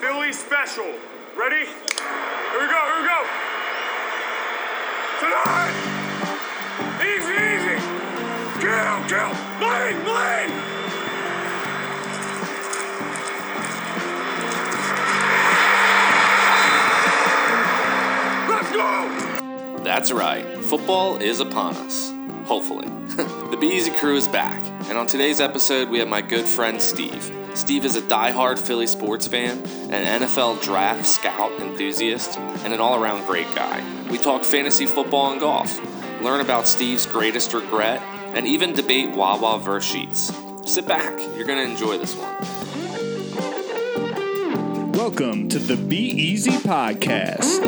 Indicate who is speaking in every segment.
Speaker 1: Philly special. Ready? Here we go, here we go. Tonight! Easy, easy! Kill, kill! Lane, lane! Let's go!
Speaker 2: That's right, football is upon us. Hopefully. the Be Easy crew is back, and on today's episode, we have my good friend Steve. Steve is a diehard Philly sports fan, an NFL draft scout enthusiast, and an all around great guy. We talk fantasy football and golf, learn about Steve's greatest regret, and even debate Wawa verse sheets. Sit back, you're gonna enjoy this one.
Speaker 3: Welcome to the Be Easy Podcast.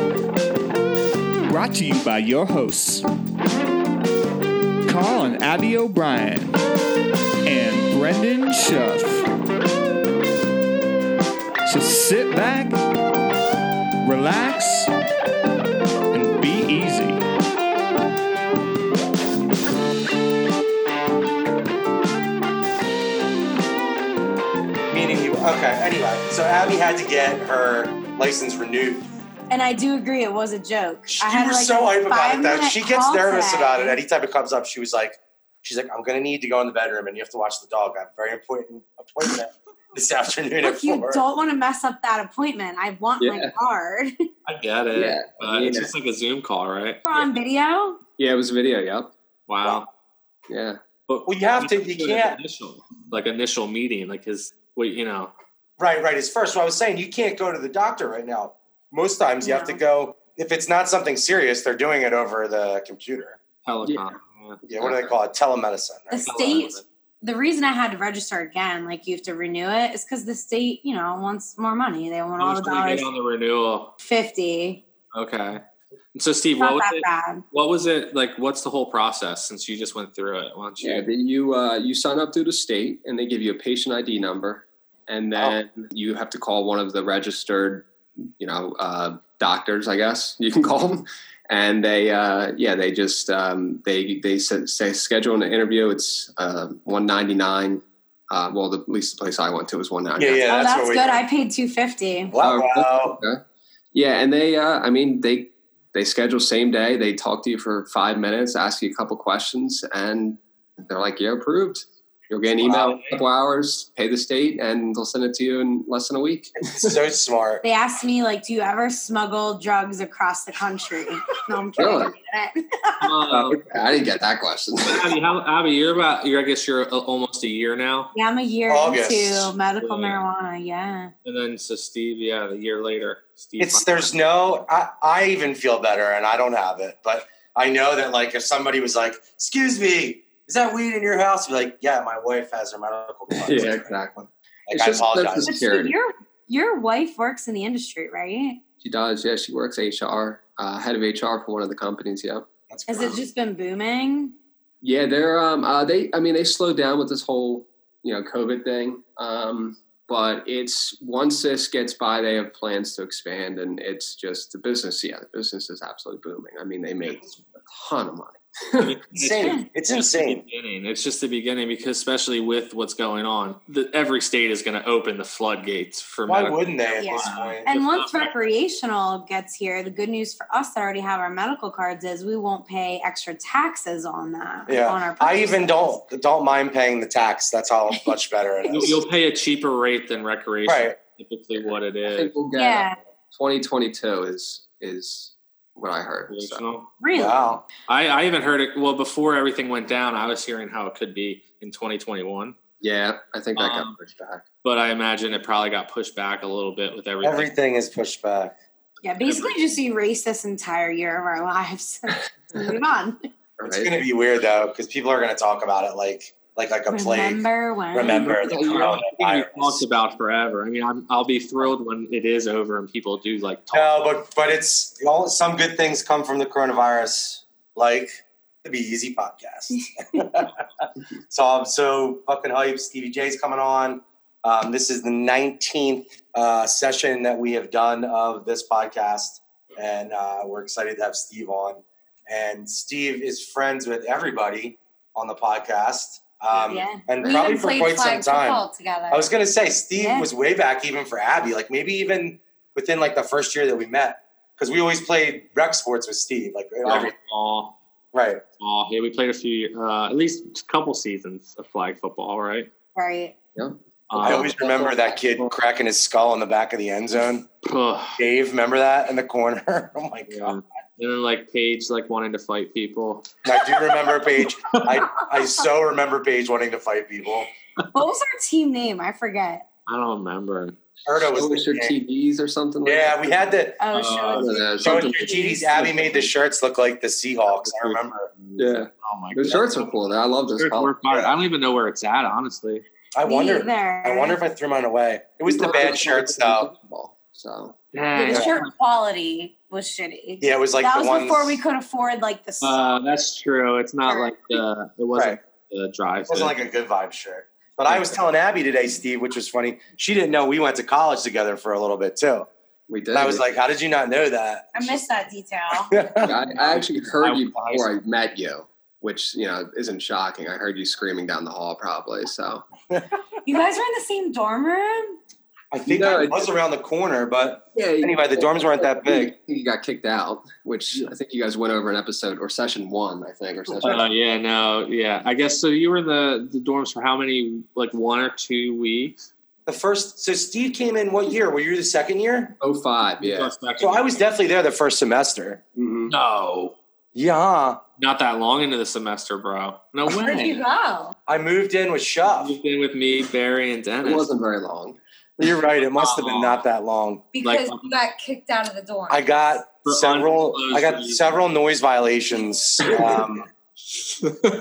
Speaker 3: Brought to you by your hosts, Carl and Abby O'Brien and Brendan Schuff. So sit back, relax, and be easy.
Speaker 4: Meaning he okay. Anyway, so Abby had to get her license renewed.
Speaker 5: And I do agree, it was a joke.
Speaker 4: She
Speaker 5: I had
Speaker 4: was
Speaker 5: like
Speaker 4: so
Speaker 5: a
Speaker 4: hype about it that
Speaker 5: five-minute
Speaker 4: she gets
Speaker 5: call
Speaker 4: nervous
Speaker 5: today.
Speaker 4: about it. Anytime it comes up, she was like, "She's like, I'm gonna need to go in the bedroom, and you have to watch the dog. I have a very important appointment this afternoon at
Speaker 5: Look, you
Speaker 4: four.
Speaker 5: don't want to mess up that appointment. I want my card.
Speaker 2: I get it.
Speaker 6: Yeah, I mean
Speaker 2: it's
Speaker 6: it.
Speaker 2: just like a Zoom call, right?
Speaker 5: We're on video.
Speaker 6: Yeah, it was video. Yep.
Speaker 2: Wow.
Speaker 6: Yeah.
Speaker 2: But
Speaker 4: Well, you have to- you
Speaker 2: do an
Speaker 4: can't-
Speaker 2: initial, like initial meeting, like his. Wait, you know,
Speaker 4: Right, right. It's first. So I was saying you can't go to the doctor right now. Most times you have to
Speaker 5: No.
Speaker 4: go if it's not something serious. They're doing it over the computer.
Speaker 2: telecom. Yeah.
Speaker 4: Yeah, what do they call it? Telemedicine.
Speaker 5: The
Speaker 4: Right?
Speaker 5: state, the reason I had to register again, like you have to renew it, is because the state, you know, wants more money. They want all the
Speaker 2: Usually
Speaker 5: dollars
Speaker 2: get on the renewal.
Speaker 5: 50.
Speaker 2: Okay. So Steve, what
Speaker 5: Not
Speaker 2: was
Speaker 5: that
Speaker 2: it?
Speaker 5: bad.
Speaker 2: What was it like? What's the whole process since you just went through it? Why don't you?
Speaker 6: Yeah. Then you uh, you sign up through the state, and they give you a patient ID number, and then you have to call one of the registered, you know, uh, doctors. I guess you can call them, and they uh, yeah they just um, they they say, say schedule an interview. It's uh, one ninety nine. Uh, well, the, at least the place I went to was one ninety
Speaker 4: Yeah,
Speaker 6: nine.
Speaker 4: yeah.
Speaker 5: oh,
Speaker 4: That's,
Speaker 5: that's
Speaker 4: what we.
Speaker 5: good. I paid 250.
Speaker 4: Wow.
Speaker 6: Yeah, and they, uh, I mean, they they schedule same day. They talk to you for five minutes, ask you a couple questions, and they're like, "You're approved." You'll get an email
Speaker 4: Wow.
Speaker 6: in a couple hours, pay the state, and they'll send it to you in less than a week.
Speaker 4: so smart.
Speaker 5: They asked me, like, do you ever smuggle drugs across the country? No, I'm kidding.
Speaker 6: Really?
Speaker 5: I didn't.
Speaker 2: Uh,
Speaker 6: I didn't get that question.
Speaker 2: Abby, how, Abby, you're about. You're, I guess you're a- almost a year now,
Speaker 5: Yeah, I'm a year
Speaker 4: August.
Speaker 5: into medical
Speaker 2: Yeah.
Speaker 5: marijuana. Yeah.
Speaker 2: and then so Steve, yeah, a year later, Steve.
Speaker 4: It's there's no. I I even feel better, and I don't have it, but I know that like if somebody was like, "Excuse me, is that weed in your house?" I'd be like, "Yeah, my wife has her medical card."
Speaker 6: yeah, exactly.
Speaker 4: Like,
Speaker 6: It's
Speaker 4: I
Speaker 6: just-
Speaker 4: apologize.
Speaker 6: that's-
Speaker 5: But so
Speaker 6: Security.
Speaker 5: your your wife works in the industry, right?
Speaker 6: She does. Yeah, she works HR, uh, head of HR for one of the companies. Yep.
Speaker 4: That's
Speaker 5: Has
Speaker 4: great.
Speaker 5: it just been booming?
Speaker 6: Yeah, they're um uh, they I mean they slowed down with this whole you know COVID thing. Um, but it's once this gets by, they have plans to expand, and it's just the business. Yeah, the business is absolutely booming. I mean, they make a ton of money.
Speaker 4: insane? It's
Speaker 2: the
Speaker 4: insane.
Speaker 2: beginning. It's just the beginning because especially with what's going on, the, every state is going to open the floodgates for.
Speaker 4: Why
Speaker 2: medical-
Speaker 4: wouldn't they at this
Speaker 5: Yeah.
Speaker 4: point?
Speaker 5: And
Speaker 2: It's
Speaker 5: once
Speaker 2: not-
Speaker 5: recreational gets here, the good news for us that already have our medical cards is we won't pay extra taxes on that.
Speaker 4: Yeah.
Speaker 5: on our
Speaker 4: I even
Speaker 5: purchases.
Speaker 4: don't don't mind paying the tax. That's how much better it
Speaker 2: You-
Speaker 4: is.
Speaker 2: You'll pay a cheaper rate than recreation.
Speaker 4: Right.
Speaker 2: Typically, what it
Speaker 6: I
Speaker 2: is.
Speaker 6: think we'll get
Speaker 5: Yeah,
Speaker 6: 2022 is is what I heard. so.
Speaker 2: Recreational.
Speaker 5: really.
Speaker 4: Wow.
Speaker 2: I, I even heard it. Well, before everything went down, I was hearing how it could be in 2021,
Speaker 6: Yeah, I think that
Speaker 2: Um,
Speaker 6: got pushed back.
Speaker 2: but I imagine it probably got pushed back a little bit with everything.
Speaker 4: Everything is pushed back.
Speaker 5: Yeah, basically just erase this entire year of our lives. Move on.
Speaker 6: Right?
Speaker 4: It's going to be weird though, because people are going to talk about it like like like a plague.
Speaker 5: Remember when?
Speaker 4: Remember the
Speaker 2: It's gonna be talked
Speaker 4: coronavirus.
Speaker 2: about forever. I mean, I'm, I'll be thrilled when it is over and people do like talk.
Speaker 4: No, but but it's all some good things come from the coronavirus, like the Be Easy podcast. so I'm so fucking hyped. Stevie J's coming on. Um, this is the 19th uh, session that we have done of this podcast, and uh, we're excited to have Steve on. And Steve is friends with everybody on the podcast. Um,
Speaker 7: yeah.
Speaker 4: And
Speaker 7: we
Speaker 4: probably
Speaker 7: even
Speaker 4: for
Speaker 7: played
Speaker 4: quite some
Speaker 7: flag
Speaker 4: time.
Speaker 7: football together.
Speaker 4: I was gonna say Steve
Speaker 7: Yeah.
Speaker 4: was way back even for Abby, like maybe even within like the first year that we met, because we always played rec sports with Steve, like every,
Speaker 2: Aw,
Speaker 4: right.
Speaker 2: aw, yeah, we played a few, uh, at least a couple seasons of flag football, right?
Speaker 7: right.
Speaker 4: I
Speaker 2: Um,
Speaker 4: always remember that kid cracking his skull in the back of the end zone.
Speaker 2: ugh.
Speaker 4: Dave, remember that in the corner? oh my
Speaker 2: Yeah.
Speaker 4: god!
Speaker 2: And then like Paige like wanting to fight people.
Speaker 4: I do remember Paige. I I so remember Paige wanting to fight people.
Speaker 7: What was our team name? I forget.
Speaker 2: I don't remember.
Speaker 4: Erdo
Speaker 6: Show
Speaker 4: was
Speaker 6: us your
Speaker 4: the name.
Speaker 6: TVs or something like
Speaker 4: Yeah, we had the
Speaker 7: Oh,
Speaker 2: Uh,
Speaker 7: show
Speaker 6: that.
Speaker 7: us.
Speaker 6: Yeah,
Speaker 4: show us
Speaker 6: something-
Speaker 4: your TVs. Abby made the shirts look like the Seahawks. I remember.
Speaker 6: Yeah.
Speaker 2: Oh my
Speaker 6: Those shirts were cool. I love those
Speaker 2: Shirts
Speaker 6: colors.
Speaker 2: were fire. I don't even know where it's at, honestly.
Speaker 4: I
Speaker 7: Me
Speaker 4: wonder.
Speaker 7: either.
Speaker 4: I wonder if I threw mine away. It was the bad shirts though.
Speaker 6: So
Speaker 2: Dang.
Speaker 7: the shirt quality was shitty.
Speaker 4: Yeah, it was like
Speaker 7: that
Speaker 4: the
Speaker 7: was
Speaker 4: ones
Speaker 7: before we could afford like the.
Speaker 2: Uh, that's true. It's not like the it wasn't
Speaker 4: Right.
Speaker 2: the drive.
Speaker 4: It wasn't like a good vibe shirt. But I was telling Abby today, Steve, which was funny. She didn't know we went to college together for a little bit too.
Speaker 6: we did.
Speaker 4: And I was like, "How did you not know that?"
Speaker 7: I missed that detail.
Speaker 6: I, I actually heard you
Speaker 2: I-
Speaker 6: before I met you, which you know isn't shocking. I heard you screaming down the hall, probably. So
Speaker 7: you guys were in the same dorm room.
Speaker 4: I think
Speaker 6: No,
Speaker 4: I
Speaker 6: it-
Speaker 4: was around the corner, but
Speaker 6: yeah.
Speaker 4: anyway, the dorms weren't that big.
Speaker 6: You got kicked out, which I think you guys went over an episode or session one, I think, or session.
Speaker 2: Uh, yeah, no, yeah. I guess so. You were in the, the dorms for how many? Like one or two weeks?
Speaker 4: The first, so Steve came in what year? Were you the second year?
Speaker 6: Oh five, yeah.
Speaker 4: So I was definitely there the first semester.
Speaker 2: Mm-hmm.
Speaker 6: Mhm.
Speaker 2: no,
Speaker 4: Yeah,
Speaker 2: not that long into the semester, bro. No
Speaker 7: Where'd you
Speaker 2: way.
Speaker 7: go?
Speaker 4: I moved in with Shuff.
Speaker 2: You've been with me, Barry, and Dennis.
Speaker 6: It wasn't very long.
Speaker 4: You're right. It must have been not that long.
Speaker 7: Because
Speaker 2: Like-
Speaker 7: you got kicked out of the dorm.
Speaker 4: I got
Speaker 2: For
Speaker 4: several.
Speaker 2: unclosed
Speaker 4: I got
Speaker 2: reasons.
Speaker 4: several noise violations, um,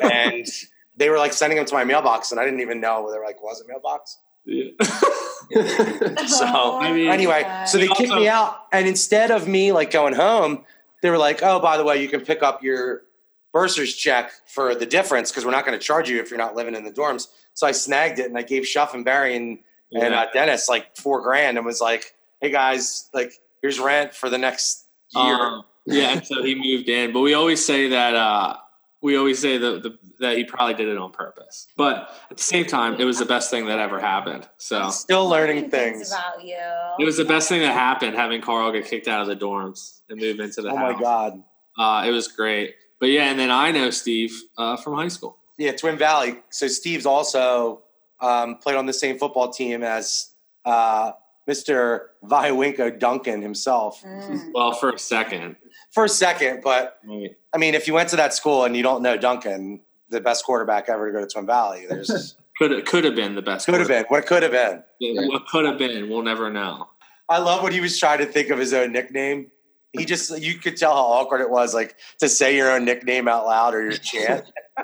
Speaker 4: and they were like sending them to my mailbox, and I didn't even know there like was a mailbox.
Speaker 2: Yeah.
Speaker 5: Oh
Speaker 4: so,
Speaker 7: I mean,
Speaker 4: Anyway, so they kicked me out, and instead of me like going home, they were like, "Oh, by the way, you can pick up your bursar's check for the difference because we're not going to charge you if you're not living in the dorms." So I snagged it, and I gave Shuff and Barry and, and uh, Dennis like four grand, and was like, "Hey guys, like here's rent for the next year."
Speaker 2: Um, yeah, and so he moved in. But we always say that uh, we always say that the, that he probably did it on purpose. But at the same time, it was the best thing that ever happened. So
Speaker 4: Still learning things.
Speaker 7: about you.
Speaker 2: it was the best thing that happened having Carl get kicked out of the dorms and move into the
Speaker 4: Oh
Speaker 2: house.
Speaker 4: my god.
Speaker 2: Uh, it was great. But yeah, and then I know Steve uh, from high school.
Speaker 4: Yeah, Twin Valley. So Steve's also um, played on the same football team as uh, Mr. Viewinko Duncan himself
Speaker 7: Mm.
Speaker 2: Well, for a second,
Speaker 4: for a second. But
Speaker 2: right?
Speaker 4: I mean, if you went to that school and you don't know Duncan, the best quarterback ever to go to Twin Valley, there's
Speaker 2: Could could have been the best.
Speaker 4: could have been what it could have been.
Speaker 2: quarterback. What could have been? We'll never know.
Speaker 4: I love when he was trying to think of his own nickname. He just you could tell how awkward it was, like to say your own nickname out loud or your chant.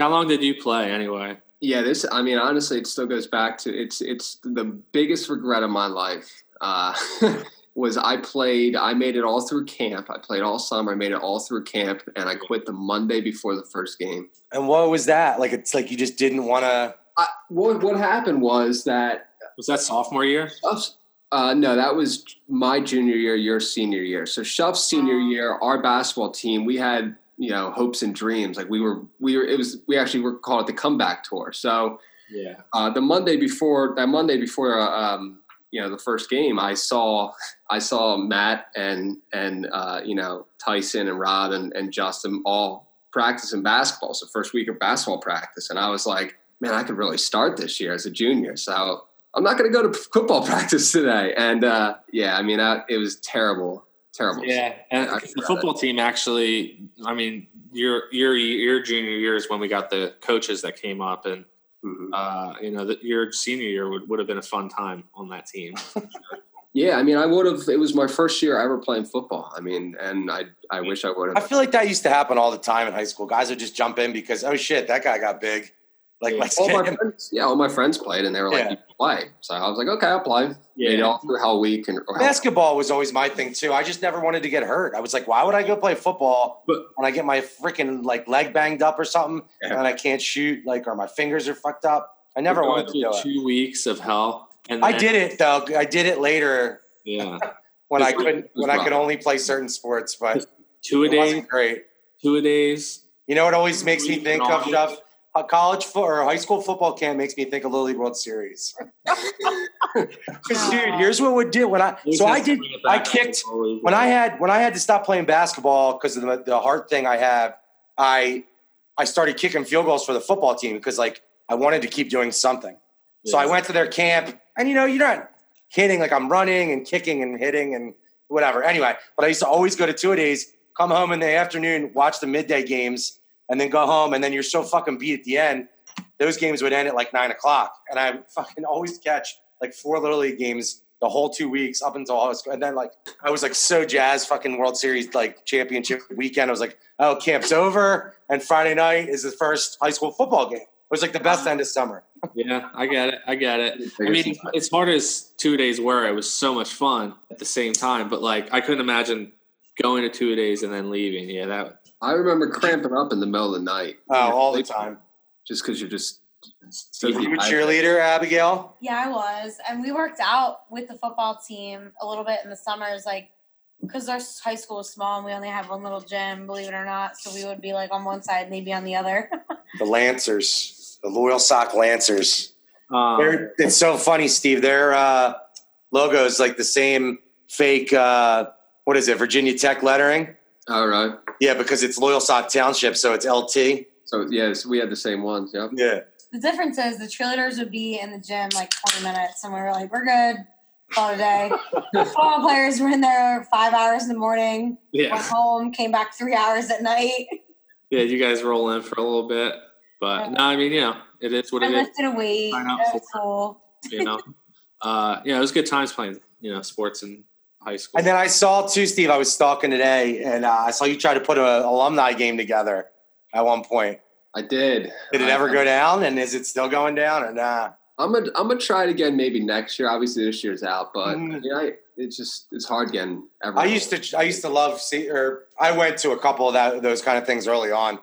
Speaker 2: How long did you play anyway?
Speaker 6: Yeah, this. I mean, honestly, it still goes back to it's. It's the biggest regret of my life uh, was I played. I made it all through camp. I played all summer. I made it all through camp, and I quit the Monday before the first game.
Speaker 4: and what was that? Like it's like you just didn't want to.
Speaker 6: I, what What happened was that.
Speaker 2: Was that sophomore year?
Speaker 6: Uh, no, that was my junior year, your senior year. So Shuff's senior year, our basketball team, we had you know hopes and dreams. Like we were, we were. It was. We actually were called it the comeback tour. So.
Speaker 2: Yeah.
Speaker 6: uh, the Monday before that Monday before uh, um, you know the first game, I saw I saw Matt and and uh, you know Tyson and Rob and, and Justin all practicing basketball. So first week of basketball practice, and I was like, man, I could really start this year as a junior. So I'm not going to go to football practice today. And uh, yeah, I mean I, it was terrible, terrible.
Speaker 2: Yeah, and
Speaker 6: I
Speaker 2: the
Speaker 6: forgot
Speaker 2: football team actually. I mean, your your your junior year is when we got the coaches that came up, and
Speaker 6: Mhm.
Speaker 2: uh, you know, the, your senior year would, would have been a fun time on that team.
Speaker 6: Yeah, I mean I would have. It was my first year ever playing football. I mean, and I I wish I would have.
Speaker 4: I feel like that used to happen all the time in high school. Guys would just jump in because oh shit, that guy got big. Like let's
Speaker 6: all
Speaker 4: get
Speaker 6: my
Speaker 4: him.
Speaker 6: friends, yeah, all my friends played, and they were like,
Speaker 4: Yeah.
Speaker 6: "You can play." So I was like, "Okay, I'll play." Yeah, Made it all through Hell Week and or Hell-
Speaker 4: Basketball was always my thing too. I just never wanted to get hurt. I was like, why would I go play football
Speaker 2: But-
Speaker 4: when I get my freaking like leg banged up or something
Speaker 6: Yeah.
Speaker 4: and I can't shoot like or my fingers are fucked up? I never
Speaker 2: We
Speaker 4: wanted to
Speaker 2: went
Speaker 4: do
Speaker 2: through
Speaker 4: it.
Speaker 2: two weeks of hell, and
Speaker 4: I
Speaker 2: then-
Speaker 4: did it though. I did it later
Speaker 2: Yeah,
Speaker 4: when I
Speaker 6: It's-
Speaker 4: couldn't when I could only play certain sports, but
Speaker 2: two a
Speaker 4: it
Speaker 2: day,
Speaker 4: wasn't great.
Speaker 2: two a days.
Speaker 4: You know what always makes me think of Jeff? a college fo- or high school football camp makes me think of Little League World Series. 'Cause, dude, here's what we did when I so I did I kicked when I had when I had to stop playing basketball because of the, the heart thing I have, I I started kicking field goals for the football team because like I wanted to keep doing something. So I went to their camp, and you know you're not hitting like I'm running and kicking and hitting and whatever. Anyway, but I used to always go to two a days, come home in the afternoon, watch the midday games, and then go home. And then you're so fucking beat at the end. Those games would end at like nine o'clock, and I fucking always catch like four little league games the whole two weeks up until I was, and then like I was like so jazzed, fucking World Series like championship weekend. I was like, oh, camp's over, and Friday night is the first high school football game. It was like the best end of summer.
Speaker 2: Yeah, I get it. I get it. I mean, it's- it's hard as two days were. It was so much fun at the same time, but like I couldn't imagine going to two days and then leaving. Yeah, that
Speaker 6: I remember cramping up in the middle of the night.
Speaker 4: Oh, all the time.
Speaker 6: Just because you're just.
Speaker 4: So you a cheerleader, Abigail?
Speaker 5: Yeah, I was. And we worked out with the football team a little bit in the summers, like, because our s- high school was small and we only had one little gym, believe it or not. So we would be like on one side and they'd be on the other.
Speaker 4: The Lancers, the Loyal Sock Lancers.
Speaker 2: um,
Speaker 4: They're, it's so funny, Steve. Their uh, logo is like the same fake. Uh, what is it? Virginia Tech lettering.
Speaker 6: All right.
Speaker 4: Yeah, because it's Loyal Sock Township, so it's LT.
Speaker 6: So, yes, we had the same ones. Yep.
Speaker 4: Yeah.
Speaker 5: the difference is the cheerleaders would be in the gym like 20 minutes and we were like, we're good. Call it a day. Football players were in there five hours in the morning, went
Speaker 2: yeah,
Speaker 5: home, came back three hours at night.
Speaker 2: yeah. You guys roll in for a little bit, but no, I mean, you know, it is what
Speaker 5: I
Speaker 2: it is.
Speaker 5: lifted a weight.
Speaker 2: Sign up
Speaker 5: That
Speaker 2: for-
Speaker 5: was cool.
Speaker 2: You know, uh, yeah, it was good times playing. You know, sports in high school.
Speaker 4: And then I saw too, Steve. I was stalking today, and uh, I saw you try to put an alumni game together at one point.
Speaker 6: I did.
Speaker 4: Did it ever go down? And is it still going down? Or nah?
Speaker 6: I'm gonna I'm gonna try it again maybe next year. Obviously this year's out, but
Speaker 4: Mm.
Speaker 6: I mean, I, it's just it's hard getting.
Speaker 4: I
Speaker 6: everyone.
Speaker 4: used to I used to love see or I went to a couple of that those kind of things early on.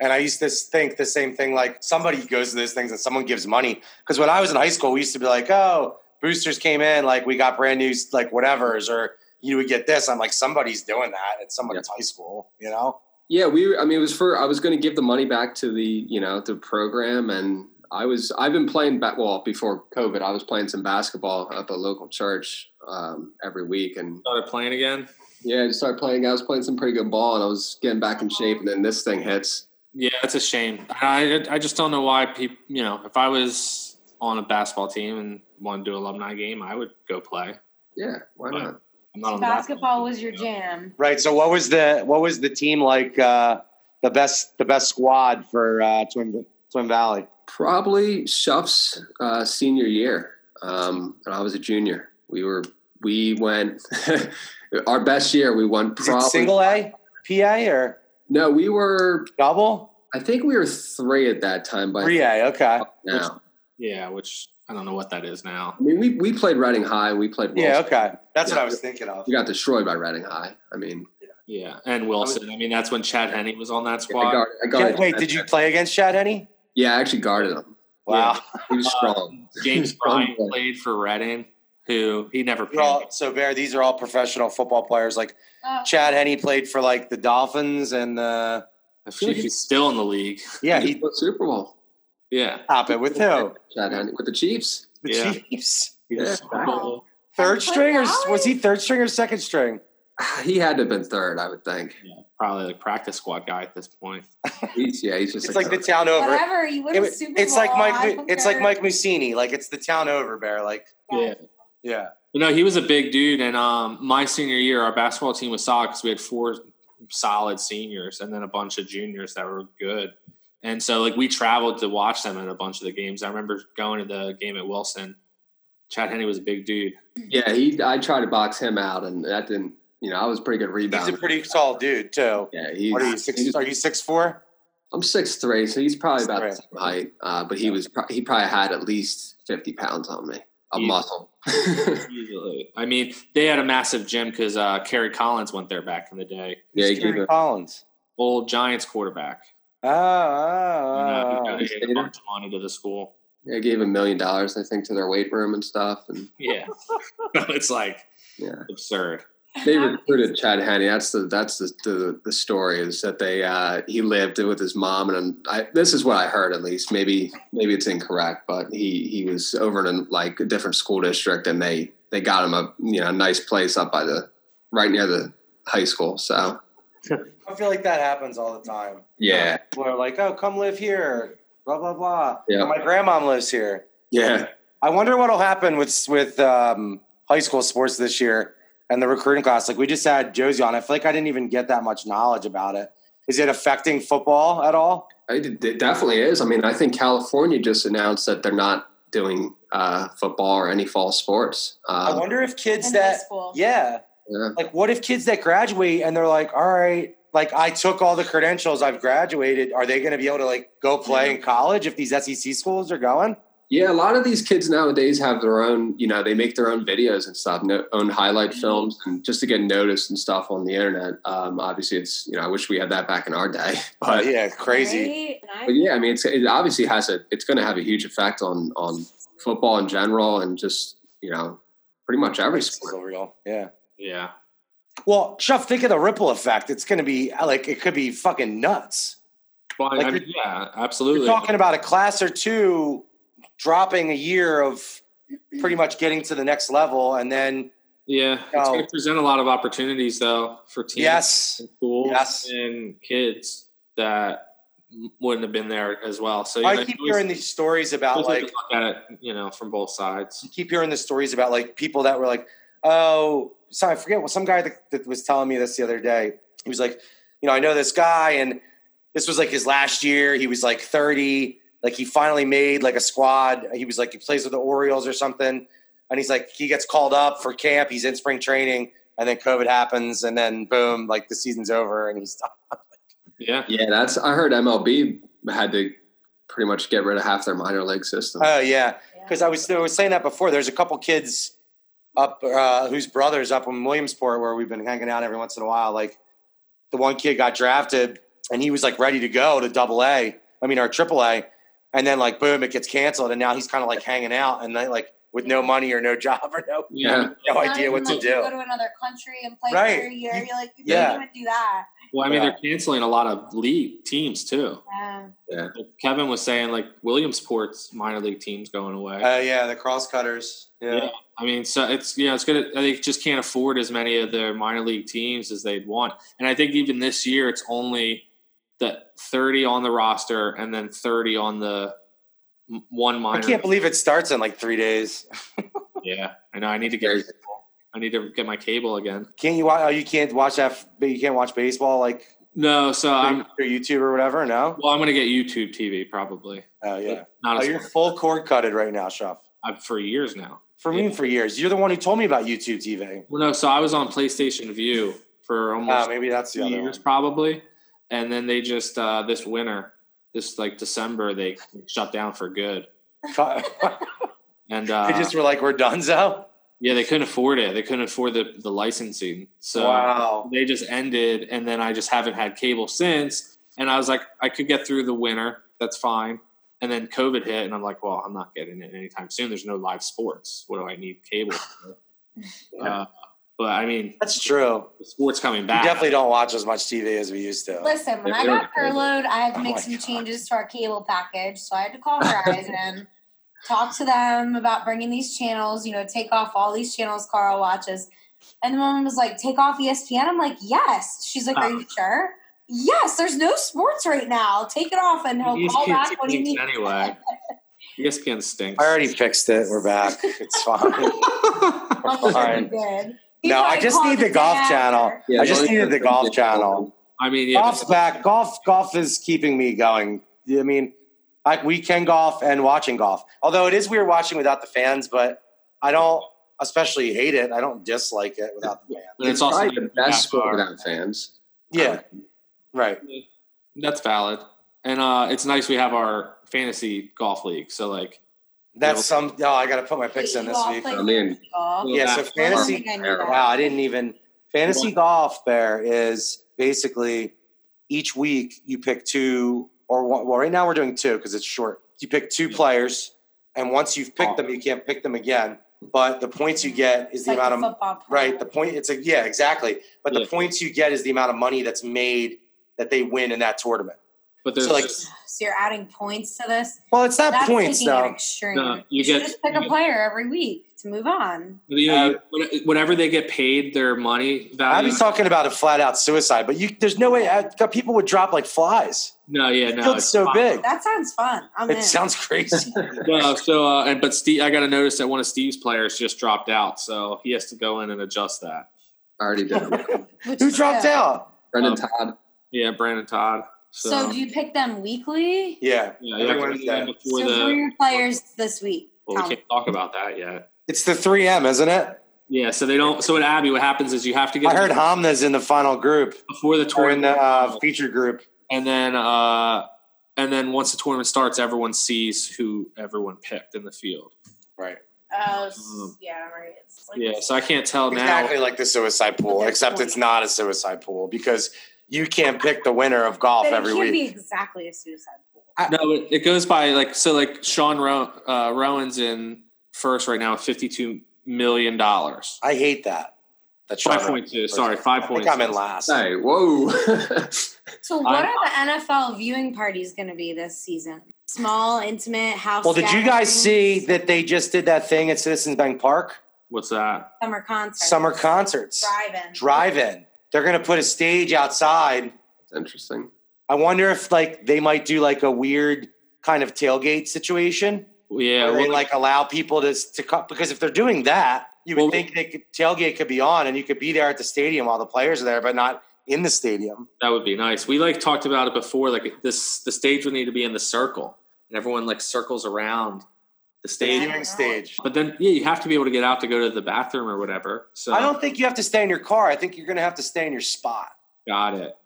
Speaker 4: And I used to think the same thing like somebody goes to those things and someone gives money. Because when I was in high school, we used to be like, oh, boosters came in, like we got brand new like whatevers, or you would get this. I'm like, somebody's doing that at someone's high school, you know?
Speaker 6: Yeah, we. Were, I mean, it was for. I was going to give the money back to the you know the program, and I was. I've been playing ba- well before COVID. I was playing some basketball at the local church um, every week, and
Speaker 2: started playing again.
Speaker 6: yeah, I just started playing. I was playing some pretty good ball, and I was getting back in shape, and then this thing hits.
Speaker 2: Yeah, it's a shame. I, I just don't know why people. You know, if I was on a basketball team and wanted to do an alumni game, I would go play.
Speaker 6: Yeah, why
Speaker 2: Right.
Speaker 6: not?
Speaker 2: I'm not on the
Speaker 5: Basketball was your
Speaker 2: team.
Speaker 5: jam.
Speaker 4: Right. So what was the what was the team like uh the best the best squad for uh Twin Twin Valley?
Speaker 6: Probably Shuff's uh, senior year, um, and I was a junior. We were. We went. our best year. We won.
Speaker 4: Is
Speaker 6: Probably
Speaker 4: it single A, PA or
Speaker 6: No, we were.
Speaker 4: double?
Speaker 6: I think we were three at that time. But
Speaker 4: Three A, okay.
Speaker 6: now.
Speaker 2: Yeah, which I don't know what that is now.
Speaker 6: I mean, we, we played Reading High. We played Wilson.
Speaker 4: Yeah, okay. That's what
Speaker 6: Yeah.
Speaker 4: I was thinking of.
Speaker 6: We got destroyed by Reading High. I mean,
Speaker 2: Yeah, and Wilson. I mean, that's when Chad Henney was on that
Speaker 6: I
Speaker 2: squad.
Speaker 6: guard- I guarded
Speaker 4: Yeah, wait, did you play against Chad Henney?
Speaker 6: Yeah, I actually guarded him.
Speaker 4: Wow.
Speaker 6: He
Speaker 4: Uh,
Speaker 6: was strong.
Speaker 2: James
Speaker 6: Strong
Speaker 2: Bryant
Speaker 6: player.
Speaker 2: played for Reading, who he never
Speaker 4: You're
Speaker 2: played.
Speaker 4: all- so Bear, these are all professional football players. Like
Speaker 5: Oh,
Speaker 4: Chad Henney played for like the Dolphins and uh
Speaker 2: I feel like he's still in the league.
Speaker 4: yeah, he
Speaker 6: He won Super Bowl.
Speaker 2: Yeah,
Speaker 4: top it with who?
Speaker 6: Chad Henne- with the Chiefs.
Speaker 4: The
Speaker 2: Yeah.
Speaker 4: Chiefs.
Speaker 6: Yeah.
Speaker 5: wow.
Speaker 4: Third
Speaker 5: That's
Speaker 4: string or
Speaker 5: $20?
Speaker 4: was he third string or second string?
Speaker 6: He had to have been third, I would think.
Speaker 2: probably like practice squad guy at this point.
Speaker 6: He's, yeah, he's just
Speaker 4: It's like the town over.
Speaker 5: Whatever, you win a
Speaker 4: It-
Speaker 5: Super
Speaker 4: it's like
Speaker 5: Bowl, I
Speaker 4: Mike. Mu-
Speaker 5: don't
Speaker 4: It's like
Speaker 5: care.
Speaker 4: Mike Mussini. Like it's the town over, Bear. Like
Speaker 2: Yeah.
Speaker 4: yeah,
Speaker 2: You know, he was a big dude, and um, my senior year, our basketball team was solid because we had four solid seniors and then a bunch of juniors that were good. And so, like, we traveled to watch them at a bunch of the games. I remember going to the game at Wilson. Chad Henney was a big dude.
Speaker 6: yeah. He I tried to box him out, and that didn't. You know, I was a pretty good
Speaker 4: he's
Speaker 6: rebound.
Speaker 4: a pretty tall dude too.
Speaker 6: yeah, he's,
Speaker 4: What are you six?
Speaker 6: he's-
Speaker 4: Are you six four?
Speaker 6: I'm six three, so he's probably about the
Speaker 4: 6'3".
Speaker 6: same height. Uh, but he was pro- he probably had at least fifty pounds on me, a
Speaker 2: Yeah.
Speaker 6: muscle.
Speaker 2: Usually, I mean, they had a massive gym because uh, Kerry Collins went there back in the day.
Speaker 6: yeah, he
Speaker 4: He's
Speaker 6: gave
Speaker 4: Kerry
Speaker 6: a- Ah,
Speaker 4: Collins.
Speaker 2: Old Giants quarterback.
Speaker 4: Oh, oh,
Speaker 2: You know, who
Speaker 4: oh.
Speaker 2: donated a bunch of money to the school.
Speaker 6: I gave a million dollars, I think, to their weight room and stuff. And
Speaker 2: Yeah, it's like
Speaker 6: yeah,
Speaker 2: absurd.
Speaker 6: They recruited Chad Henney. That's the that's the, the the story is that they uh, he lived with his mom, and I, this is what I heard at least. Maybe maybe it's incorrect, but he he was over in like a different school district, and they they got him a you know a nice place up by the right near the high school. So
Speaker 4: I feel like that happens all the time.
Speaker 6: yeah,
Speaker 4: People are like, "Oh, come live here," blah blah blah.
Speaker 6: Yeah.
Speaker 4: My grandmom lives here.
Speaker 6: yeah,
Speaker 4: I wonder what'll happen with with um, high school sports this year and the recruiting class. Like we just had Josie on. I feel like I didn't even get that much knowledge about it. Is it affecting football at all?
Speaker 6: it, it definitely is. I mean, I think California just announced that they're not doing uh, football or any fall sports.
Speaker 4: I
Speaker 6: Uh,
Speaker 4: wonder if kids
Speaker 5: in high
Speaker 4: that
Speaker 5: school.
Speaker 4: yeah,
Speaker 6: yeah.
Speaker 4: like what if kids that graduate and they're like, all right, like I took all the credentials, I've graduated. Are they going to be able to like go play in college if these SEC schools are going?
Speaker 6: Yeah, a lot of these kids nowadays have their own, you know, they make their own videos and stuff, no, own highlight
Speaker 4: Mm-hmm.
Speaker 6: films, and just to get noticed and stuff on the internet. Um, obviously, it's you know, I wish we had that back in our day, but yeah,
Speaker 4: yeah, crazy.
Speaker 5: Right? And I-
Speaker 6: but yeah I mean, it's, it obviously has a, it's going to have a huge effect on on football in general, and just you know, pretty much every
Speaker 4: It's
Speaker 6: sport.
Speaker 4: so real. Yeah.
Speaker 2: Yeah.
Speaker 4: Well, Chuff, think of the ripple effect. It's going to be like it could be fucking nuts.
Speaker 2: Well, I-
Speaker 4: Like
Speaker 2: I
Speaker 4: you're-
Speaker 2: mean, yeah, absolutely.
Speaker 4: You're talking about a class or two dropping a year of pretty much getting to the next level, and then
Speaker 2: yeah, it's
Speaker 4: No.
Speaker 2: going to present a lot of opportunities though for teams,
Speaker 4: yes,
Speaker 2: and schools,
Speaker 4: Yes.
Speaker 2: and kids that wouldn't have been there as well. So you know,
Speaker 4: I keep
Speaker 2: always-
Speaker 4: hearing these stories about
Speaker 2: always have to
Speaker 4: like
Speaker 2: look at it, you know, from both sides.
Speaker 4: keep hearing the stories about like people that were like, oh, sorry, I forget what some guy that, that was telling me this the other day. He was like, you know, I know this guy, and this was like his last year. He was like 30. Like he finally made like a squad. He was like, he plays with the Orioles or something. And he's like, he gets called up for camp. He's in spring training. And then COVID happens. And then boom, like the season's over. And he's done.
Speaker 2: Yeah.
Speaker 6: Yeah, that's I heard MLB had to pretty much get rid of half their minor league system.
Speaker 4: Oh, yeah.
Speaker 5: yeah.
Speaker 4: because I was I was saying that before. There's a couple kids up uh, whose brothers up in Williamsport where we've been hanging out every once in a while. Like the one kid got drafted and he was like ready to go to Double A. I mean, or Triple A, and then like boom, it gets canceled, and now he's kind of like hanging out and then, like with no money or no job or no
Speaker 6: yeah,
Speaker 4: no
Speaker 5: Not
Speaker 4: idea
Speaker 5: even,
Speaker 4: what to
Speaker 5: like, you Go
Speaker 4: do.
Speaker 5: to another country and play
Speaker 4: Right.
Speaker 5: for a year.
Speaker 4: You-
Speaker 5: You're like, you
Speaker 4: yeah.
Speaker 5: can't even do that.
Speaker 2: Well, I mean,
Speaker 4: Yeah.
Speaker 2: they're canceling a lot of league teams too.
Speaker 5: Um,
Speaker 2: Like Kevin was saying, like Williamsport's minor league teams going away.
Speaker 4: Uh, yeah, the cross cutters. Yeah.
Speaker 2: Yeah. I mean, so it's you know, it's gonna. They just can't afford as many of their minor league teams as they'd want. And I think even this year, it's only the thirty on the roster and then thirty on the m- one
Speaker 4: I
Speaker 2: minor.
Speaker 4: can't believe it starts in like three days.
Speaker 2: Yeah, I know. I need to get.
Speaker 6: Crazy.
Speaker 2: I need to get my cable again.
Speaker 4: Can't you watch? Oh, you can't watch that. But you can't watch baseball like
Speaker 2: No, so I'm.
Speaker 4: through YouTube or whatever. No.
Speaker 2: Well, I'm gonna get YouTube TV probably.
Speaker 4: Oh yeah.
Speaker 2: Not
Speaker 4: Oh,
Speaker 2: as
Speaker 4: you're full cord cutted right now, Shaf.
Speaker 2: I've- for years now.
Speaker 4: For me,
Speaker 2: Yeah.
Speaker 4: for years. You're the one who told me about YouTube TV.
Speaker 2: Well, no, so I was on PlayStation View for
Speaker 4: Ah,
Speaker 2: almost
Speaker 4: maybe that's the
Speaker 2: two
Speaker 4: other
Speaker 2: years,
Speaker 4: one.
Speaker 2: probably, and then they just uh, this winter, this like December, they shut down for good.
Speaker 4: Cut-
Speaker 2: And uh,
Speaker 4: they just were like, we're done, so.
Speaker 2: yeah, they couldn't afford it. They couldn't afford the the licensing, so
Speaker 4: wow.
Speaker 2: they just ended. And then I just haven't had cable since. And I was like, I could get through the winter. That's fine. And then COVID hit, and I'm like, well, I'm not getting it anytime soon. There's no live sports. What do I need cable? For? uh, but I mean,
Speaker 4: That's true.
Speaker 2: the sport's coming
Speaker 4: We
Speaker 2: back.
Speaker 4: definitely don't watch as much TV as we used to.
Speaker 5: Listen, when
Speaker 6: They
Speaker 5: I
Speaker 6: were
Speaker 5: got
Speaker 6: crazy.
Speaker 5: furloughed, I had to
Speaker 4: Oh
Speaker 5: make
Speaker 4: my
Speaker 5: some
Speaker 4: God.
Speaker 5: changes to our cable package. So I had to call Verizon, talk to them about bringing these channels, you know, take off all these channels Carl watches. And the woman was like, take off E ESPN. I'm like, yes. She's like, are you sure? Yes, there's no sports right now. Take it off and he'll
Speaker 2: E
Speaker 5: call back when you
Speaker 2: stinks
Speaker 5: need
Speaker 2: anyway. E ESPN stinks.
Speaker 4: I already fixed it. We're back. It's fine.
Speaker 5: I'm sure
Speaker 4: Fine.
Speaker 5: he did. He
Speaker 4: No, I
Speaker 5: probably
Speaker 4: just
Speaker 5: called
Speaker 4: need the
Speaker 5: day
Speaker 4: golf
Speaker 5: after.
Speaker 4: channel.
Speaker 6: Yeah,
Speaker 4: I just
Speaker 6: as long as
Speaker 4: needed the
Speaker 6: you're-
Speaker 4: golf channel.
Speaker 2: I mean, yeah,
Speaker 4: Golf's back. Golf, golf is keeping me going. I mean, I, we can golf and watching golf. Although it is weird watching without the fans, but I don't especially hate it. I don't dislike it without the fans.
Speaker 2: but it's, also
Speaker 6: probably the best sport without fans.
Speaker 4: Yeah. Right.
Speaker 2: That's valid, and uh, it's nice we have our fantasy golf league. So like,
Speaker 4: That's
Speaker 2: Yep.
Speaker 4: some. Oh, I got to put my picks in
Speaker 5: You
Speaker 4: this
Speaker 5: all
Speaker 4: week.
Speaker 5: play
Speaker 6: I mean-
Speaker 5: golf.
Speaker 4: Yeah. So
Speaker 5: I
Speaker 2: Yeah, Well,
Speaker 5: don't
Speaker 4: fantasy.
Speaker 5: think I knew that.
Speaker 4: Wow. I didn't even. Fantasy golf there is basically each week you pick two or one. Well, right now we're doing two because it's short. You pick two players, and once you've picked them, you can't pick them again. but the points you get is the
Speaker 5: like
Speaker 4: amount of
Speaker 5: football player.
Speaker 4: right. The point it's a yeah, exactly. But the
Speaker 2: Yeah.
Speaker 4: points you get is the amount of money that's made that they win in that tournament.
Speaker 2: But there's
Speaker 4: so like,
Speaker 2: just-
Speaker 5: So you're adding points to this.
Speaker 4: well, it's not
Speaker 5: That's
Speaker 4: points
Speaker 5: taking it
Speaker 4: though.
Speaker 5: extreme.
Speaker 2: No, you
Speaker 5: should
Speaker 2: get-
Speaker 5: just pick
Speaker 2: you
Speaker 5: a
Speaker 2: get-
Speaker 5: player every week to move on.
Speaker 2: you know,
Speaker 4: uh,
Speaker 2: you- when- whenever they get paid their money
Speaker 4: I'd
Speaker 2: value.
Speaker 4: be talking about a flat out suicide, but you there's no way I, people would drop like flies.
Speaker 2: no, yeah, no.
Speaker 4: Field's
Speaker 2: it's
Speaker 4: so
Speaker 2: fine.
Speaker 4: big.
Speaker 5: That sounds fun. I'm in.
Speaker 4: It sounds crazy.
Speaker 2: Well, so uh, and but Steve, I got to notice that one of Steve's players just dropped out, so he has to go in and adjust that.
Speaker 6: I already did.
Speaker 5: Which
Speaker 4: Who
Speaker 5: is
Speaker 4: dropped
Speaker 5: good.
Speaker 4: out?
Speaker 6: Brendan
Speaker 2: Um,
Speaker 6: Todd.
Speaker 2: Yeah, Brandon Todd. So,
Speaker 5: So, do you pick them weekly?
Speaker 4: Yeah,
Speaker 2: yeah, you have to
Speaker 4: everyone's
Speaker 2: do
Speaker 4: dead.
Speaker 2: that before
Speaker 5: so
Speaker 2: the.
Speaker 5: who are your players this week?
Speaker 2: well, we
Speaker 5: Tell me.
Speaker 2: can't talk about that yet.
Speaker 4: it's the 3M, isn't it?
Speaker 2: Yeah, so they don't. So in Abby, what happens is you have to get
Speaker 4: I heard Hamna's in the final group
Speaker 2: before the
Speaker 4: or in
Speaker 2: tournament,
Speaker 4: the uh, feature group.
Speaker 2: and then uh, and then once the tournament starts, everyone sees who everyone picked in the field.
Speaker 4: Right.
Speaker 5: Oh,
Speaker 2: Mm.
Speaker 5: s- yeah, right. It's like-
Speaker 2: Yeah, so I can't tell
Speaker 4: Exactly
Speaker 2: now.
Speaker 4: like the suicide pool,
Speaker 5: That's
Speaker 4: except
Speaker 5: funny.
Speaker 4: it's not a suicide pool because you can't pick the winner of golf
Speaker 5: But it
Speaker 4: every
Speaker 5: can't
Speaker 4: week.
Speaker 5: be exactly a suicide pool.
Speaker 2: No, it, it goes by like so. Like Sean Row uh, Rowan's in first right now, with fifty-two million dollars.
Speaker 4: I hate that. That's
Speaker 2: Five point two. Sorry, five
Speaker 4: I think
Speaker 2: point.
Speaker 4: I'm in last.
Speaker 6: Hey, whoa.
Speaker 5: So what
Speaker 2: I'm-
Speaker 5: are the NFL viewing parties going to be this season? Small, intimate, house.
Speaker 4: Well, did you guys
Speaker 5: gatherings,
Speaker 4: see that they just did that thing at Citizens Bank Park?
Speaker 2: What's that?
Speaker 5: summer concerts?
Speaker 4: Summer concerts,
Speaker 5: drive-in.
Speaker 4: drive-in. They're going to put a stage outside.
Speaker 6: It's interesting.
Speaker 4: I wonder if like they might do like a weird kind of tailgate situation.
Speaker 2: Yeah,
Speaker 4: where they
Speaker 2: well,
Speaker 4: like allow people to to come because if they're doing that, you would
Speaker 2: Well,
Speaker 4: think they could tailgate could be on and you could be there at the stadium while the players are there, but not in the stadium.
Speaker 2: that would be nice. We like talked about it before. Like this, the stage would need to be in the circle, and everyone like circles around the
Speaker 4: The
Speaker 2: stage.
Speaker 4: viewing stage.
Speaker 2: But then, yeah, you have to be able to get out to go to the bathroom or whatever. So
Speaker 4: I don't think you have to stay in your car. I think you're going to have to stay in your spot.
Speaker 2: Got it.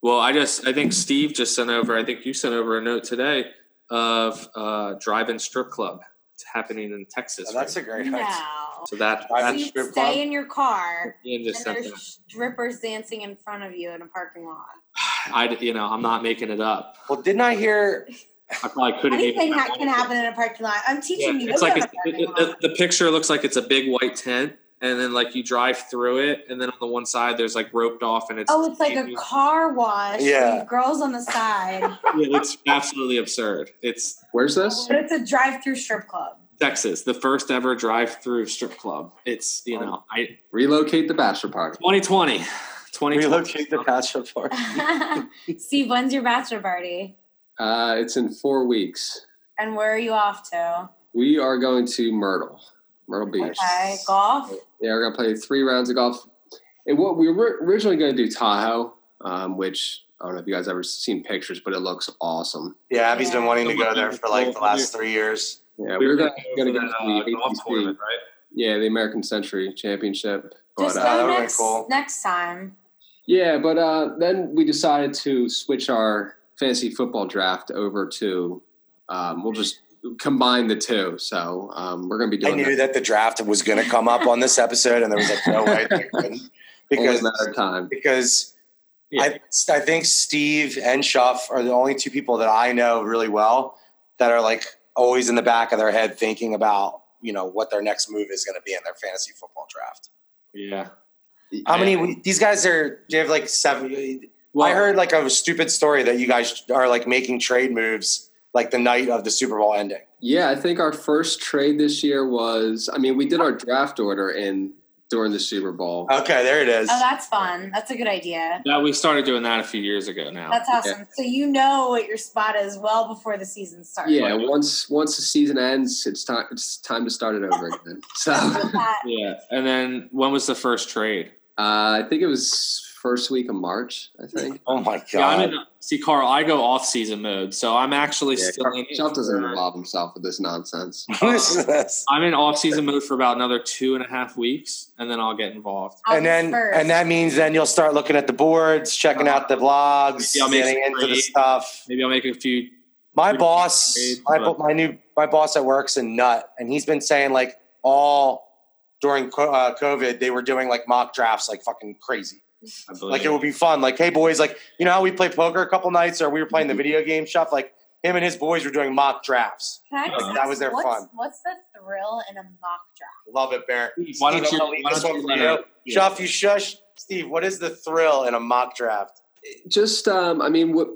Speaker 2: Well, I just I think Steve just sent over. I think you sent over a note today of uh, drive-in strip club. It's happening in Texas.
Speaker 4: So that's a
Speaker 2: right?
Speaker 4: great
Speaker 5: No.
Speaker 4: idea.
Speaker 5: So
Speaker 2: so that
Speaker 4: Drive-in
Speaker 2: that's
Speaker 5: you
Speaker 4: strip
Speaker 5: stay
Speaker 4: club?
Speaker 5: in your car
Speaker 2: Ian just
Speaker 5: and
Speaker 2: sent
Speaker 5: there's
Speaker 2: that.
Speaker 5: strippers dancing in front of you in a parking lot.
Speaker 2: I you know I'm not making it up.
Speaker 4: Well, didn't I hear?
Speaker 2: I probably couldn't
Speaker 5: Anything
Speaker 2: even.
Speaker 5: that can happen in a parking lot. I'm
Speaker 2: Yeah,
Speaker 5: teaching you.
Speaker 2: it's
Speaker 5: Look
Speaker 2: like
Speaker 5: at
Speaker 2: it's,
Speaker 5: the
Speaker 2: it,
Speaker 5: parking
Speaker 2: it-
Speaker 5: lot.
Speaker 2: the picture looks like it's a big white tent, and then like you drive through it, and then on the one side there's like roped off, and it's
Speaker 5: Oh, it's like a car wash.
Speaker 4: Yeah.
Speaker 5: With girls on the side,
Speaker 2: Yeah, it's absolutely absurd. It's
Speaker 6: Where's this?
Speaker 5: but it's a drive-through strip club.
Speaker 2: Texas, the first ever drive-through strip club. It's you know I
Speaker 6: Relocate the bachelor party.
Speaker 2: 2020. 2020.
Speaker 4: Relocate the bachelor party.
Speaker 5: Steve, when's your bachelor party?
Speaker 6: Uh, it's in four weeks.
Speaker 5: And where are you off to?
Speaker 6: We are going to Myrtle, Myrtle Beach.
Speaker 5: Okay, golf.
Speaker 6: Yeah, we're gonna play three rounds of golf. And what we were originally gonna do Tahoe, um, which I don't know if you guys ever seen pictures, but it looks awesome.
Speaker 4: Yeah, Abby's been
Speaker 5: Yeah.
Speaker 4: wanting to go there for like the last three years.
Speaker 6: Yeah,
Speaker 2: We
Speaker 6: we
Speaker 2: were
Speaker 6: were
Speaker 2: going to
Speaker 6: gonna, gonna
Speaker 2: go
Speaker 6: go
Speaker 2: to that
Speaker 6: to the
Speaker 2: uh, golf
Speaker 6: APC,
Speaker 2: tournament, right?
Speaker 6: yeah, the American Century Championship. But
Speaker 5: Just
Speaker 6: uh,
Speaker 4: that
Speaker 5: go
Speaker 4: would've been
Speaker 5: next
Speaker 4: cool.
Speaker 5: next time.
Speaker 6: yeah, but uh, then we decided to switch our fantasy football draft over to. Um, we'll just combine the two, so um, we're gonna be
Speaker 4: I
Speaker 6: doing.
Speaker 4: knew that the draft was going to come up on this episode, and there was like no way they couldn't
Speaker 6: Only a
Speaker 4: because
Speaker 6: matter of time.
Speaker 4: because
Speaker 2: Yeah.
Speaker 4: I, I think Steve and Shuff are the only two people that I know really well that are like always in the back of their head thinking about you know what their next move is going to be in their fantasy football draft.
Speaker 2: Yeah.
Speaker 4: How many we, these guys are? They have like seven. uh,
Speaker 2: Well,
Speaker 4: I heard like a stupid story that you guys are like making trade moves like the night of the Super Bowl ending.
Speaker 6: Yeah, I think our first trade this year was. I mean, we did our draft order in during the Super Bowl.
Speaker 4: Okay, there it is.
Speaker 5: Oh, that's fun. That's a good idea.
Speaker 2: that we started doing that a few years ago now.
Speaker 5: That's awesome. So you know what your spot is well before the season starts.
Speaker 6: yeah, once once the season ends, it's time it's time to start it over again. So uh,
Speaker 5: That-
Speaker 2: yeah. And then when was the first trade?
Speaker 6: I think it was first week of March. I think.
Speaker 4: Oh my god!
Speaker 2: Yeah, I'm in, see, Carl, I go off season mode. So I'm actually
Speaker 6: Yeah,
Speaker 2: still in.
Speaker 6: Chuff doesn't involve himself with this nonsense.
Speaker 4: What is this?
Speaker 2: I'm in off season mode for about another two and a half weeks, and then I'll get involved.
Speaker 5: I'll
Speaker 4: and
Speaker 5: be
Speaker 4: then
Speaker 5: first.
Speaker 4: and that means then you'll start looking at the boards, checking out the vlogs,
Speaker 2: Maybe I'll make
Speaker 4: getting
Speaker 2: some
Speaker 4: into the
Speaker 2: trades.
Speaker 4: stuff.
Speaker 2: Maybe I'll make a few.
Speaker 4: My
Speaker 2: Good
Speaker 4: boss,
Speaker 2: trades,
Speaker 4: my, bo-
Speaker 2: but-
Speaker 4: my new my boss at work's a nut, and he's been saying like all during co- uh, COVID they were doing like mock drafts like fucking crazy.
Speaker 2: I believe. Mm-hmm.
Speaker 4: Like it would be fun. Like hey boys, like you know how we play poker a couple nights, or we were playing the video game stuff. Like him and his boys were doing mock drafts.
Speaker 5: Can I just
Speaker 4: Uh-huh.
Speaker 5: ask,
Speaker 4: That was their
Speaker 5: what's,
Speaker 4: fun.
Speaker 5: What's the thrill in a mock draft?
Speaker 4: Love it, Bear.
Speaker 2: Why
Speaker 4: Steve,
Speaker 2: don't you?
Speaker 4: I'm gonna leave
Speaker 2: Why
Speaker 4: this
Speaker 2: don't
Speaker 4: one
Speaker 2: you
Speaker 4: for
Speaker 2: let
Speaker 4: you.
Speaker 2: her- yeah.
Speaker 4: Chuff, you shush. Steve, what is the thrill in a mock draft?
Speaker 6: just um, i mean what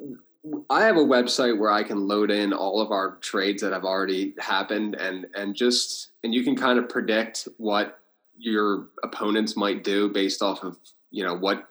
Speaker 6: i have a website where i can load in all of our trades that have already happened and and just and you can kind of predict what your opponents might do based off of you know what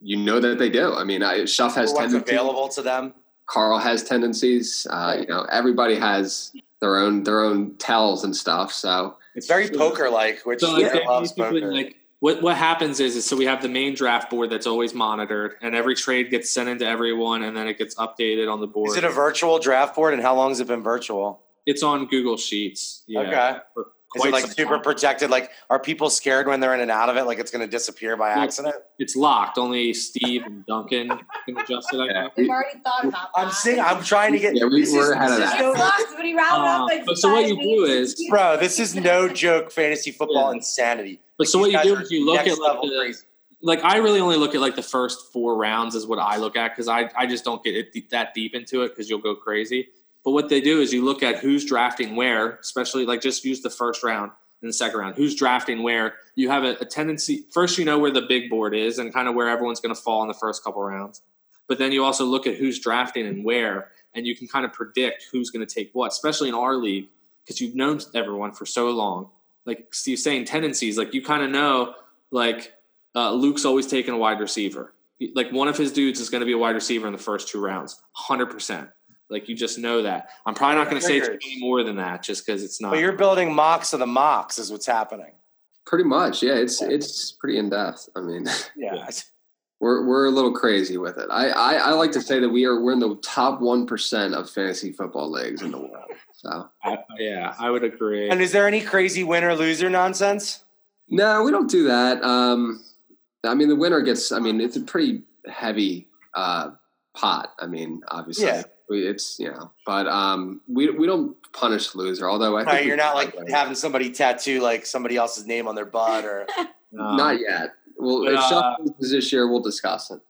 Speaker 6: you know that they do i mean I, shuff has
Speaker 4: What's
Speaker 6: tendencies
Speaker 4: available to them?
Speaker 6: carl has tendencies uh, you know everybody has their own their own tells and stuff so
Speaker 4: It's very
Speaker 2: So-
Speaker 4: poker like, which
Speaker 2: So like,
Speaker 4: Bear
Speaker 2: that
Speaker 4: loves
Speaker 2: means people,
Speaker 4: poker.
Speaker 2: like what what happens is is so we have the main draft board that's always monitored, and every trade gets sent into everyone, and then it gets updated on the board.
Speaker 4: is it a virtual draft board and how long has it been virtual?
Speaker 2: it's on Google Sheets. Yeah. uh,
Speaker 4: Okay.
Speaker 2: For
Speaker 4: Is it
Speaker 2: quite
Speaker 4: like
Speaker 2: some
Speaker 4: super
Speaker 2: time.
Speaker 4: protected? Like, are people scared when they're in and out of it? Like, it's going to disappear by
Speaker 2: Yeah.
Speaker 4: accident?
Speaker 2: It's locked. Only Steve and Duncan can adjust it. I
Speaker 6: Yeah.
Speaker 2: think.
Speaker 5: We've already thought about that.
Speaker 4: I'm seeing, I'm trying to get.
Speaker 6: Yeah, we-
Speaker 4: this
Speaker 6: we're
Speaker 4: is-
Speaker 6: ahead of
Speaker 4: this
Speaker 6: that.
Speaker 4: is
Speaker 5: It's
Speaker 4: no-
Speaker 5: locked. We round up
Speaker 2: Uh,
Speaker 5: like
Speaker 2: but so what
Speaker 5: five
Speaker 2: you do
Speaker 5: weeks.
Speaker 2: is-
Speaker 4: bro, this is no joke fantasy football
Speaker 2: Yeah.
Speaker 4: insanity.
Speaker 2: But so
Speaker 4: These
Speaker 2: what you
Speaker 4: guys
Speaker 2: do
Speaker 4: are
Speaker 2: is you look
Speaker 4: next
Speaker 2: at like
Speaker 4: level
Speaker 2: the,
Speaker 4: crazy.
Speaker 2: like I really only look at like the first four rounds is what I look at because I I just don't get it deep, that deep into it because you'll go crazy. But what they do is you look at who's drafting where, especially like just use the first round and the second round. Who's drafting where? You have a, a tendency first you know where the big board is and kind of where everyone's going to fall in the first couple rounds. But then you also look at who's drafting and where, and you can kind of predict who's going to take what, especially in our league because you've known everyone for so long. Like Steve's saying, tendencies like you kind of know like uh, Luke's always taking a wide receiver. Like one of his dudes is going to be a wide receiver in the first two rounds, hundred percent. Like you just know that. I'm probably not going to say
Speaker 4: Triggers.
Speaker 2: any more than that, just because it's not.
Speaker 4: But you're building mocks of the mocks, is what's happening.
Speaker 6: pretty much yeah it's it's pretty in-depth i mean
Speaker 4: Yeah.
Speaker 6: We're we're a little crazy with it. I I, I like to say that we are we're in the top one percent of fantasy football leagues in the world. So
Speaker 2: I- yeah, I would agree.
Speaker 4: And is there any crazy winner loser nonsense?
Speaker 6: no, we don't do that. Um, I mean, the winner gets. I mean, it's a pretty heavy uh, pot. I mean, obviously,
Speaker 4: Yeah.
Speaker 6: we, it's you know, but um, we we don't punish the loser. Although I think
Speaker 4: Right,
Speaker 6: we-
Speaker 4: you're not like having somebody tattoo like somebody else's name on their butt or Uh,
Speaker 2: Um,
Speaker 6: not yet. Well,
Speaker 2: But,
Speaker 6: if
Speaker 2: uh,
Speaker 6: Shuff loses this year, we'll discuss it.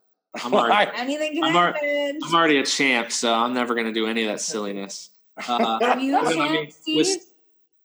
Speaker 2: I'm, already,
Speaker 5: Anything can
Speaker 2: I'm ar-
Speaker 5: happen.
Speaker 2: I'm already a champ, so I'm never going to do any of that silliness. Uh,
Speaker 5: Are you a
Speaker 2: I mean,
Speaker 5: champ, Steve?
Speaker 2: was-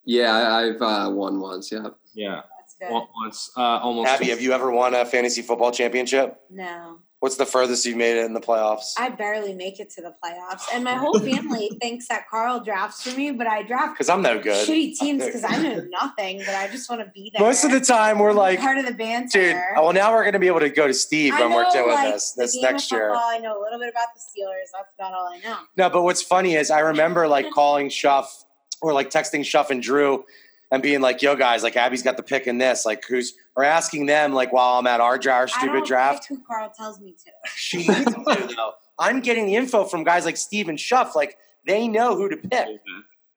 Speaker 6: Yeah, I, I've uh, won once. Yeah,
Speaker 2: yeah,
Speaker 5: That's good.
Speaker 2: on- once uh, almost.
Speaker 4: Abby, have you ever won a fantasy football championship?
Speaker 5: no.
Speaker 4: What's the furthest you've made it in the playoffs?
Speaker 5: I barely make it to the playoffs. And my whole family thinks that Carl drafts for me, but I draft
Speaker 4: Because I'm no good.
Speaker 5: shitty teams because I know nothing, but I just want to be there.
Speaker 4: Most of the time, we're like,
Speaker 5: part of the banter.
Speaker 4: dude. Well, now we're going to be able to go to Steve
Speaker 5: I
Speaker 4: when we're
Speaker 5: know,
Speaker 4: doing
Speaker 5: like,
Speaker 4: this
Speaker 5: the
Speaker 4: this
Speaker 5: game of
Speaker 4: next year.
Speaker 5: football, I know a little bit about the Steelers. That's about all I know.
Speaker 4: No, but what's funny is I remember like calling Shuff or like texting Shuff and Drew and being like, "Yo, guys, like Abby's got the pick in this. Like, who's?" Or asking them like, while I'm at our dra- our
Speaker 5: I don't
Speaker 4: stupid draft.
Speaker 5: pick who Carl tells me to.
Speaker 4: She needs to though. I'm getting the info from guys like Steve and Shuff. Like they know who to pick.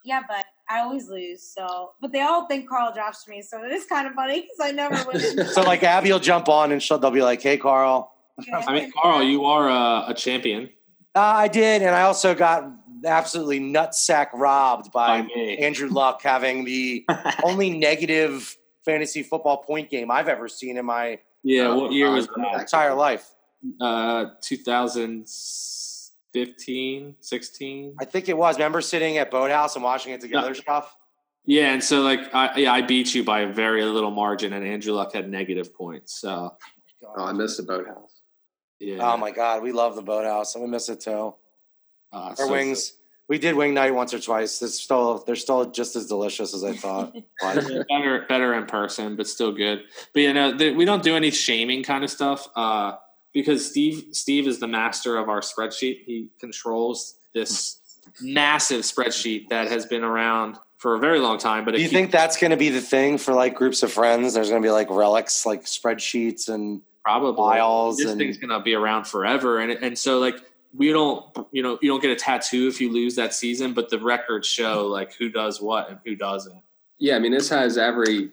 Speaker 5: Yeah, but I always lose. So, but they all think Carl drafts for me. So it is kind of funny because I never win.
Speaker 4: So like Abby will jump on and she'll they'll be like, "Hey, Carl,
Speaker 2: I mean, Carl, you are a, a champion.
Speaker 4: uh, I did," and I also got absolutely nutsack robbed by
Speaker 2: By me.
Speaker 4: Andrew Luck having the only negative fantasy football point game I've ever seen in my
Speaker 2: Yeah,
Speaker 6: Uh,
Speaker 2: what year was
Speaker 6: uh,
Speaker 2: that?
Speaker 4: entire life.
Speaker 2: Uh, 2015, 16.
Speaker 4: I think it was. Remember sitting at Boathouse and watching it together, stuff.
Speaker 2: Yeah, and so like I yeah, I beat you by a very little margin and Andrew Luck had negative points. So
Speaker 6: Oh, I missed the boathouse.
Speaker 2: yeah.
Speaker 4: Oh my god, we love the Boathouse, and we miss it too.
Speaker 2: Uh,
Speaker 4: Our
Speaker 2: so-
Speaker 4: wings. We did wing night once or twice. It's still they're still just as delicious as I thought. Was.
Speaker 2: better better in person, but still good. But you know, th- we don't do any shaming kind of stuff uh, because Steve Steve is the master of our spreadsheet. He controls this massive spreadsheet that has been around for a very long time. But
Speaker 4: Do
Speaker 2: it
Speaker 4: you
Speaker 2: keeps-
Speaker 4: think that's going to be the thing for like groups of friends? There's going to be like relics, like spreadsheets, and
Speaker 2: probably
Speaker 4: files
Speaker 2: this
Speaker 4: and-
Speaker 2: thing's gonna be around forever and and so like we don't you know you don't get a tattoo if you lose that season but the records show like who does what and who doesn't
Speaker 6: Yeah, I mean, this has every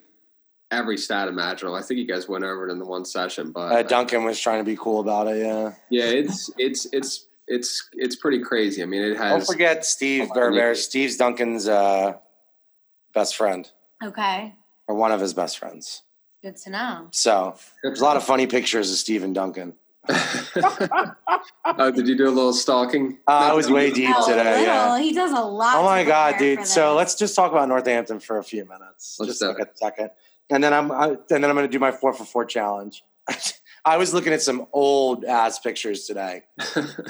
Speaker 6: every stat imaginable. I think you guys went over it in the one session, but
Speaker 4: uh, Duncan was trying to be cool about it. Yeah,
Speaker 6: yeah, it's it's it's it's it's pretty crazy. I mean, it
Speaker 4: don't
Speaker 6: has
Speaker 4: forget Steve
Speaker 6: Oh,
Speaker 4: Bear Bear.
Speaker 6: Nicky.
Speaker 4: Steve's Duncan's uh, best friend
Speaker 5: Okay.
Speaker 4: or one of his best friends.
Speaker 5: Good to know.
Speaker 4: So there's a lot of funny pictures of Steve and Duncan.
Speaker 6: oh, did you do a little stalking?
Speaker 4: Uh, I was way deep
Speaker 7: Oh,
Speaker 4: today. uh, Yeah.
Speaker 7: little. He does a lot.
Speaker 4: Oh
Speaker 7: to
Speaker 4: my God,
Speaker 7: prepare
Speaker 4: dude.
Speaker 7: for
Speaker 4: So
Speaker 7: this.
Speaker 4: let's just talk about Northampton for a few minutes.
Speaker 6: Let's
Speaker 4: just
Speaker 6: do
Speaker 4: like
Speaker 6: it.
Speaker 4: a second. And then I'm I, and then I'm gonna do my four for four challenge. I was looking at some old ass pictures today.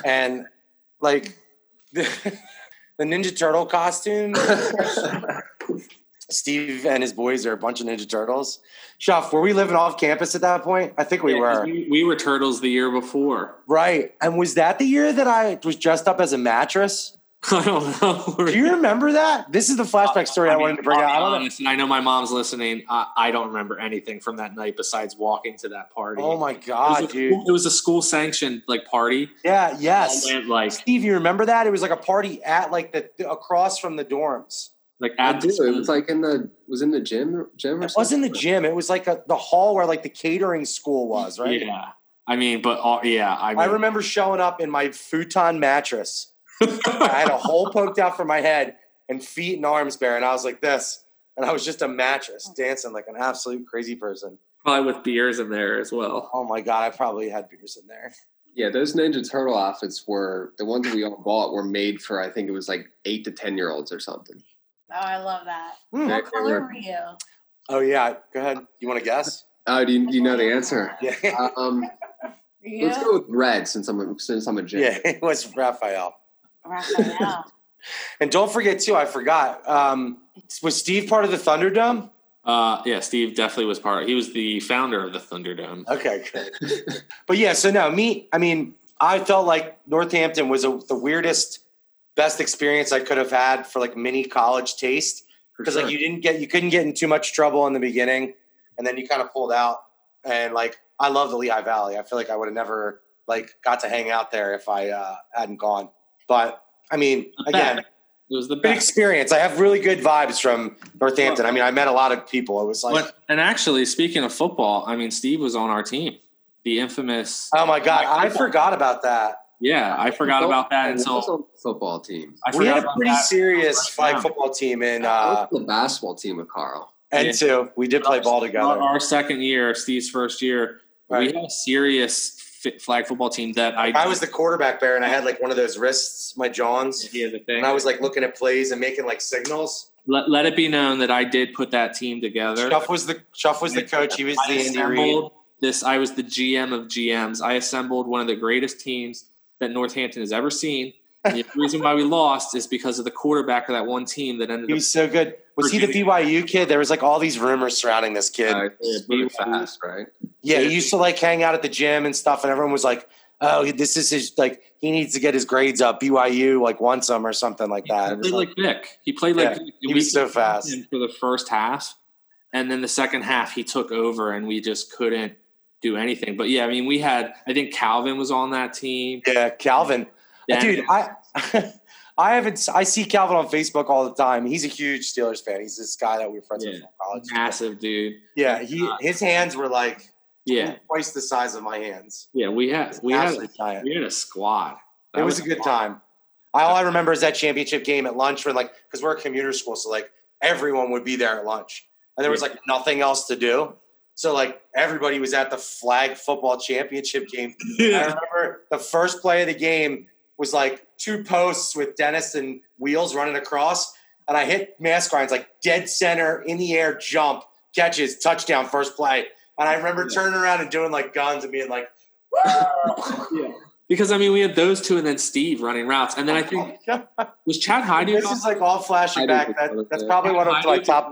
Speaker 4: and like the, the Ninja Turtle costume Steve and his boys are a bunch of Ninja Turtles. Shuff, were we living off campus at that point? I think we
Speaker 2: Yeah, 'cause
Speaker 4: were.
Speaker 2: We, we were turtles the year before.
Speaker 4: Right. And was that the year that I was dressed up as a mattress?
Speaker 2: I don't know.
Speaker 4: Do you remember that? This is the flashback story I,
Speaker 2: mean,
Speaker 4: wanted to bring
Speaker 2: I'll
Speaker 4: out.
Speaker 2: be
Speaker 4: I don't know.
Speaker 2: honest, and I know my mom's listening. I, I don't remember anything from that night besides walking to that party.
Speaker 4: Oh my
Speaker 2: It was,
Speaker 4: God,
Speaker 2: a,
Speaker 4: dude.
Speaker 2: school- it was a school sanctioned like party.
Speaker 4: Yeah, yes.
Speaker 2: All went, like
Speaker 4: Steve, you remember that? It was like a party at like the across from the dorms.
Speaker 2: like
Speaker 6: I
Speaker 2: at the
Speaker 6: do. It
Speaker 2: school.
Speaker 6: was like in the was in the gym gym or
Speaker 4: It
Speaker 6: something.
Speaker 4: wasn't the gym. It was like a, the hall where like the catering school was, right?
Speaker 2: yeah. I mean, but all, yeah, I, mean,
Speaker 4: I remember showing up in my futon mattress. I had a hole poked out from my head and feet and arms bare, and I was like this, and I was just a mattress dancing like an absolute crazy person.
Speaker 2: probably with beers in there as well.
Speaker 4: Oh my god, I probably had beers in there.
Speaker 6: Yeah, those Ninja Turtle outfits were the ones that we all bought were made for I think it was like eight to ten year olds or something.
Speaker 5: Oh, I love that.
Speaker 4: Hmm.
Speaker 6: They-
Speaker 5: What
Speaker 6: they
Speaker 5: color
Speaker 6: were-
Speaker 5: were you?
Speaker 4: Oh yeah, go ahead. You want to guess?
Speaker 6: Oh, do you, do you know the answer?
Speaker 4: Yeah,
Speaker 6: Um,
Speaker 5: Were you
Speaker 6: Let's go with red since I'm a, since I'm a gym.
Speaker 4: yeah. It was Raphael.
Speaker 5: Raphael?
Speaker 4: And don't forget too. I forgot. Um, was Steve part of the Thunderdome?
Speaker 2: Uh, yeah, Steve definitely was part. He was the founder of the Thunderdome.
Speaker 4: Okay, good. but yeah, so no, me, I mean, I felt like Northampton was a, the weirdest, best experience I could have had for like mini college taste
Speaker 6: for
Speaker 4: because
Speaker 6: sure.
Speaker 4: like you didn't get, you couldn't get in too much trouble in the beginning, and then you kind of pulled out. And like, I love the Lehigh Valley. I feel like I would have never like got to hang out there if I uh, hadn't gone. But I mean,
Speaker 2: The
Speaker 4: again,
Speaker 2: best. It was the
Speaker 4: good
Speaker 2: best.
Speaker 4: experience. I have really good vibes from Northampton. I mean, I met a lot of people. It was like,
Speaker 2: But- and actually, speaking of football, I mean, Steve was on our team. The infamous.
Speaker 4: oh my god, I forgot about that.
Speaker 2: yeah, I forgot about that
Speaker 6: And I was
Speaker 2: until
Speaker 6: on the football team.
Speaker 2: I
Speaker 4: we
Speaker 2: forgot
Speaker 4: had a
Speaker 2: about
Speaker 4: pretty
Speaker 2: that.
Speaker 4: serious
Speaker 2: Right
Speaker 4: flag
Speaker 2: now.
Speaker 4: football team in
Speaker 6: I was
Speaker 4: uh,
Speaker 6: on the basketball team with Carl.
Speaker 4: and two. We did play ball
Speaker 2: Our,
Speaker 4: together.
Speaker 2: our second year, Steve's first year,
Speaker 4: Right.
Speaker 2: we had a serious fi- flag football team that I.
Speaker 4: I was the quarterback there, and I had like one of those wrists, my Johns,
Speaker 2: Yeah, the thing.
Speaker 4: and I was like looking at plays and making like signals.
Speaker 2: let, let it be known that I did put that team together.
Speaker 4: Shuff was the Shuff was the coach. He was
Speaker 2: I
Speaker 4: the Andy Reid.
Speaker 2: assembled this. I was the GM of GMs. I assembled one of the greatest teams that Northampton has ever seen. And the reason why we lost is because of the quarterback of that one team that ended
Speaker 4: He was so good. Was he the
Speaker 2: Virginia.
Speaker 4: BYU kid? There was like all these rumors surrounding this kid.
Speaker 6: Uh,
Speaker 2: yeah,
Speaker 6: really
Speaker 2: but-
Speaker 6: fast, right?
Speaker 4: Yeah, he used to like hang out at the gym and stuff, and everyone was like, "Oh, this is his like he needs to get his grades up. BYU like wants him or something like that."
Speaker 2: up.
Speaker 4: It was
Speaker 2: He played
Speaker 4: like,
Speaker 2: like Vic. He played like
Speaker 4: Yeah,
Speaker 2: Vic.
Speaker 4: he
Speaker 2: And
Speaker 4: was so
Speaker 2: contained
Speaker 4: fast.
Speaker 2: him for the first half, and then the second half he took over, and we just couldn't do anything. But yeah, I mean, we had. I think Calvin was on that team.
Speaker 4: yeah, Calvin. Dude,
Speaker 2: Dennis-
Speaker 4: I I haven't I see Calvin on Facebook all the time. He's a huge Steelers fan. He's this guy that we were friends
Speaker 2: Yeah.
Speaker 4: with from college.
Speaker 2: massive dude. Uh,
Speaker 4: Yeah, he his hands were like
Speaker 2: Yeah,
Speaker 4: twice the size of my hands.
Speaker 2: yeah. We had we had
Speaker 4: Absolutely giant.
Speaker 2: we had a squad.
Speaker 4: It was a good time. I, all I remember is that championship game at lunch when like because we're a commuter school, so like everyone would be there at lunch, and there was like nothing else to do. So like everybody was at the flag football championship game I remember the first play of the game was like two posts with Dennis and wheels running across, and I hit Mascarines like dead center in the air jump catches touchdown first play, and I remember turning around and doing like guns and being like,
Speaker 2: Because I mean, we had those two, and then Steve running routes, and then I
Speaker 4: "Oh,
Speaker 2: think was Chad Hyde.
Speaker 4: "This is like all flashing
Speaker 6: I do
Speaker 4: back."
Speaker 6: think
Speaker 4: That,
Speaker 6: that was
Speaker 4: that's
Speaker 6: it.
Speaker 4: probably one of my top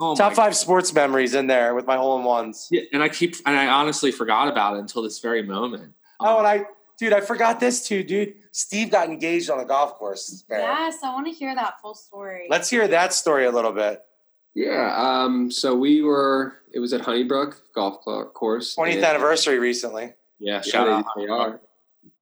Speaker 2: oh
Speaker 4: top
Speaker 2: my
Speaker 4: five sports memories in there with my hole in ones.
Speaker 2: Yeah, and I keep and I honestly forgot about it until this very moment.
Speaker 4: Oh, and I, dude, I forgot this too, dude. Steve got engaged on a golf course. Barry.
Speaker 5: yes, I want to hear that full story.
Speaker 4: Let's hear that story a little bit.
Speaker 6: Yeah. Um, so we were. It was at Honeybrook Golf Cl- Course.
Speaker 4: 20th
Speaker 6: and-
Speaker 4: anniversary recently.
Speaker 2: yeah, shout
Speaker 6: Yeah,
Speaker 2: out.
Speaker 6: they, they are.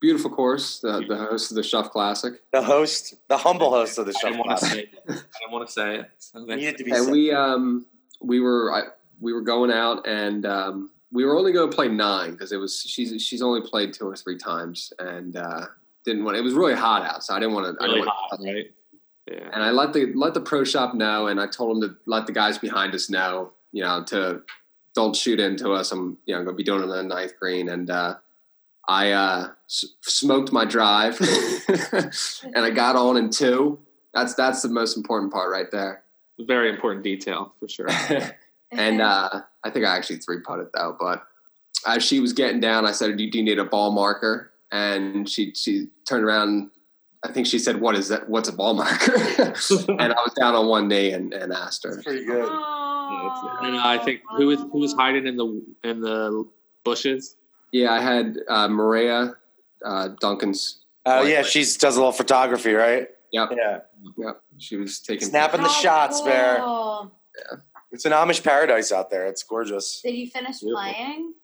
Speaker 6: Beautiful course. The, the host of the Chef Classic.
Speaker 4: the host, the humble host of the
Speaker 2: I
Speaker 4: show.
Speaker 2: didn't want to say. It. I didn't want to say it. So
Speaker 4: It
Speaker 2: then-
Speaker 4: needed to be
Speaker 6: and
Speaker 4: said.
Speaker 6: we um we were I, we were going out and um, we were only going to play nine because it was she's she's only played two or three times and uh, didn't want it was really hot out so I didn't want to I
Speaker 2: really
Speaker 6: didn't want
Speaker 2: hot, right? Yeah.
Speaker 6: and I let the let the pro shop know and I told them to let the guys behind us know you know to don't shoot into us I'm you know going to be doing it on the ninth green and uh, I uh, s- smoked my drive, and I got on in two. That's that's the most important part right there.
Speaker 2: Very important detail for sure.
Speaker 6: and uh, I think I actually three putted though. But as she was getting down, I said, do, you- "Do you need a ball marker?" And she she turned around. I think she said, "What is that? What's a ball marker?" and I was down on one knee and, and asked her.
Speaker 4: Pretty good.
Speaker 2: and uh, I think who was who was hiding in the in the bushes?
Speaker 6: Yeah, I had uh, Maria uh, Duncan's.
Speaker 4: Oh yeah, she does a little photography, right?
Speaker 6: Yep.
Speaker 4: Yeah.
Speaker 6: Yep, she was taking.
Speaker 4: Snapping the
Speaker 5: How
Speaker 4: shots, Bear.
Speaker 5: cool.
Speaker 4: It's an Amish paradise out there. It's gorgeous.
Speaker 5: Did you finish
Speaker 2: Beautiful.
Speaker 5: playing?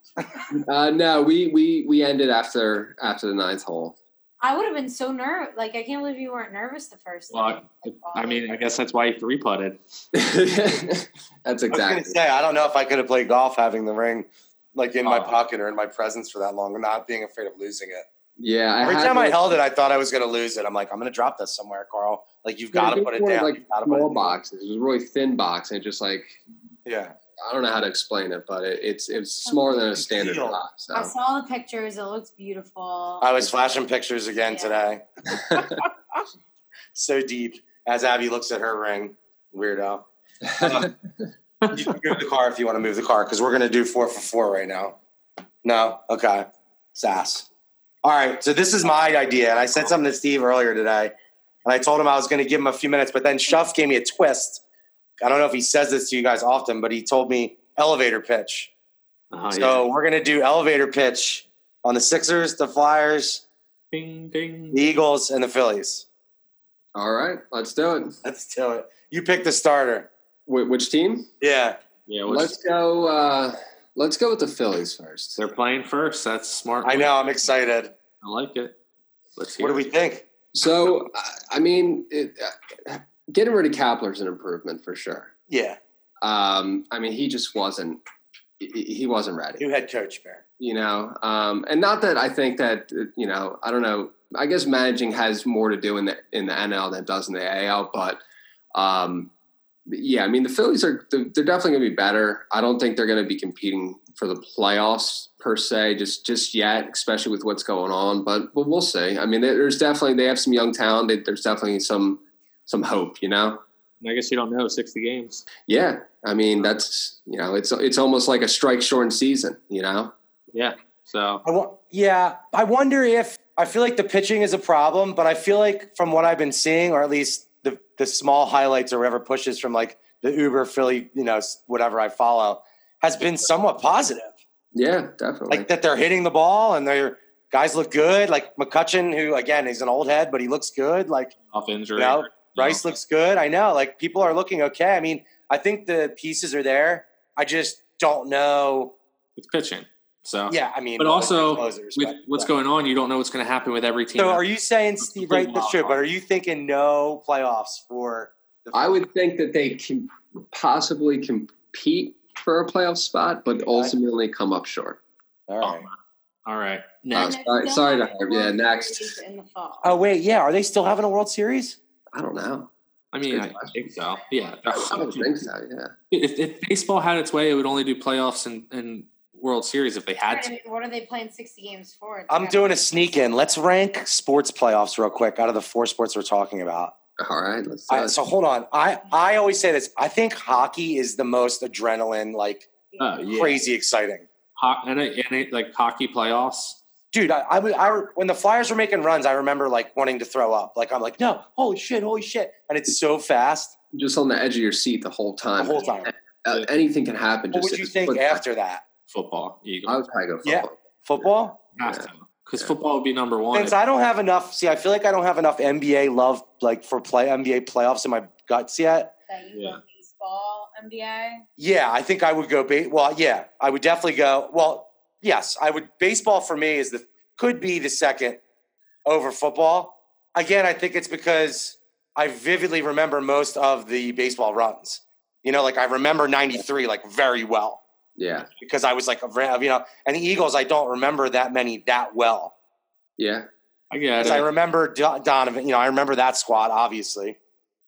Speaker 6: Uh, no, we we we ended after after the ninth hole.
Speaker 5: I would have been so nervous. Like I can't believe you weren't nervous the first.
Speaker 2: Well, I, I mean, I guess that's why he three putted.
Speaker 6: That's
Speaker 4: I was
Speaker 6: exactly.
Speaker 4: gonna say, I don't know if I could have played golf having the ring like in my
Speaker 2: Oh.
Speaker 4: pocket or in my presence for that long, and not being afraid of losing it.
Speaker 6: Yeah, I
Speaker 4: Every
Speaker 6: had
Speaker 4: time I
Speaker 6: like-
Speaker 4: held it, I thought I was gonna lose it. I'm like, I'm gonna drop this somewhere, Carl. Like you've got to
Speaker 6: Yeah,
Speaker 4: put
Speaker 6: just
Speaker 4: it
Speaker 6: wanted,
Speaker 4: down.
Speaker 6: Like
Speaker 4: You've gotta put it
Speaker 6: small
Speaker 4: down.
Speaker 6: boxes. It was a really thin box, and it just like
Speaker 4: Yeah.
Speaker 6: I don't know how to explain it, but it, it's it's smaller than a standard
Speaker 4: Concealed.
Speaker 6: box.
Speaker 5: I
Speaker 6: So.
Speaker 5: saw the pictures. It looks beautiful.
Speaker 4: I was flashing pictures again
Speaker 5: Yeah.
Speaker 4: today. so deep as Abby looks at her ring. Weirdo. Um, You can move the car if you want to move the car because we're going to do four for four right now. No? Okay. Sass. All right. So this is my idea. And I said something to Steve earlier today. And I told him I was going to give him a few minutes, but then Shuff gave me a twist. I don't know if he says this to you guys often, but he told me elevator pitch.
Speaker 2: Oh,
Speaker 4: so we're going to do elevator pitch on the Sixers, the Flyers,
Speaker 2: ding ding.
Speaker 4: the Eagles, and the Phillies.
Speaker 6: All right, let's do it.
Speaker 4: Let's do it. You pick the starter.
Speaker 6: Wh- which team?
Speaker 4: Yeah.
Speaker 2: Yeah, which,
Speaker 6: Let's go. Uh, let's go with the Phillies first.
Speaker 2: they're playing first. That's smart.
Speaker 4: I know. I'm excited.
Speaker 2: I like it. Let's hear.
Speaker 4: What do we
Speaker 2: it.
Speaker 4: think?
Speaker 6: So I- I mean, it, uh, getting rid of Kapler's an improvement for sure.
Speaker 4: Yeah.
Speaker 6: Um, I mean, he just wasn't. He he wasn't ready.
Speaker 4: New head coach, Bear.
Speaker 6: you know um, and not that i think that uh, you know i don't know i guess managing has more to do in the in the nl than it does in the al but um, yeah i mean the phillies are they're they're definitely going to be better i don't think they're going to be competing for the playoffs per se just just yet especially with what's going on but but we'll see i mean there- there's definitely they have some young talent They- there's definitely some some hope you know
Speaker 2: I guess you don't know sixty games.
Speaker 6: yeah i mean that's you know it's it's almost like a strike shortened season you know
Speaker 2: Yeah. So
Speaker 4: I wa- yeah. I wonder if I feel like the pitching is a problem, but I feel like from what I've been seeing, or at least the the small highlights or whatever pushes from like the Uber Philly, you know, s- whatever I follow, has been somewhat positive.
Speaker 6: yeah definitely
Speaker 4: Like that they're hitting the ball and their guys look good. Like McCutcheon, who again is an old head, but he looks good. Like
Speaker 2: off injury.
Speaker 4: Yeah, Rice looks good. I know. Like people are looking okay. I mean, I think the pieces are there. I just don't know.
Speaker 2: It's pitching. So
Speaker 4: Yeah, I mean,
Speaker 2: But
Speaker 4: well,
Speaker 2: also,
Speaker 4: closers,
Speaker 2: with
Speaker 4: but-
Speaker 2: what's
Speaker 4: but-
Speaker 2: going on, you don't know what's going to happen with every team.
Speaker 4: So, are you saying Steve? Right,
Speaker 2: Wild
Speaker 4: that's true.
Speaker 2: card.
Speaker 4: But are you thinking no playoffs for? The
Speaker 6: I would think that they can possibly compete for a playoff spot, but ultimately come up short.
Speaker 4: All
Speaker 2: Oh,
Speaker 4: right.
Speaker 2: All right.
Speaker 6: Uh,
Speaker 2: Next.
Speaker 6: sorry, sorry to harp. Yeah, next.
Speaker 5: In the fall.
Speaker 4: Oh wait, yeah. Are they still having a World Series?
Speaker 6: I don't know.
Speaker 2: I mean, I think so. Yeah.
Speaker 6: I I would think so. Yeah.
Speaker 2: If, if baseball had its way, it would only do playoffs and, and World Series if they had
Speaker 5: I
Speaker 2: to.
Speaker 5: mean, what are they playing sixty games for? They
Speaker 4: I'm
Speaker 5: gotta-
Speaker 4: doing a sneak in. Let's rank sports playoffs real quick out of the four sports we're talking about.
Speaker 6: All right. Let's.
Speaker 4: I-
Speaker 6: Uh,
Speaker 4: so hold on. I I always say this. I think hockey is the most adrenaline, like
Speaker 2: Oh, yeah.
Speaker 4: crazy exciting.
Speaker 2: Ho- and, it, and it, like hockey playoffs.
Speaker 4: dude, I, I, would- I, when the Flyers were making runs, I remember like wanting to throw up. Like I'm like, no, holy shit, holy shit, and it's so fast
Speaker 6: just on the edge of your seat the whole
Speaker 4: the
Speaker 6: time.
Speaker 4: whole time.
Speaker 6: Uh, anything can happen.
Speaker 4: What
Speaker 6: just
Speaker 4: would you
Speaker 6: it's
Speaker 4: think
Speaker 6: football.
Speaker 4: after that?
Speaker 2: Football.
Speaker 6: I
Speaker 2: Eagles.
Speaker 6: would probably go
Speaker 4: Yeah.
Speaker 6: football.
Speaker 4: Football?
Speaker 2: Have to. Because
Speaker 6: Oh, Yeah.
Speaker 2: football would be number one.
Speaker 4: Since I don't have enough, see, I feel like I don't have enough NBA love like for play NBA playoffs in my guts yet.
Speaker 5: That you
Speaker 2: Yeah.
Speaker 5: go baseball NBA.
Speaker 4: Yeah, I think I would go. Ba- well, yeah, I would definitely go. Well, yes, I would. Baseball for me is the could be the second over football. Again, I think it's because I vividly remember most of the baseball runs. You know, like I remember 93 like very well
Speaker 6: Yeah.
Speaker 4: because I was like, a ra- you know, and the Eagles, I don't remember that many that well.
Speaker 6: Yeah.
Speaker 2: I get
Speaker 4: 'Cause
Speaker 2: it.
Speaker 4: I remember Do- Donovan, you know, I remember that squad, obviously.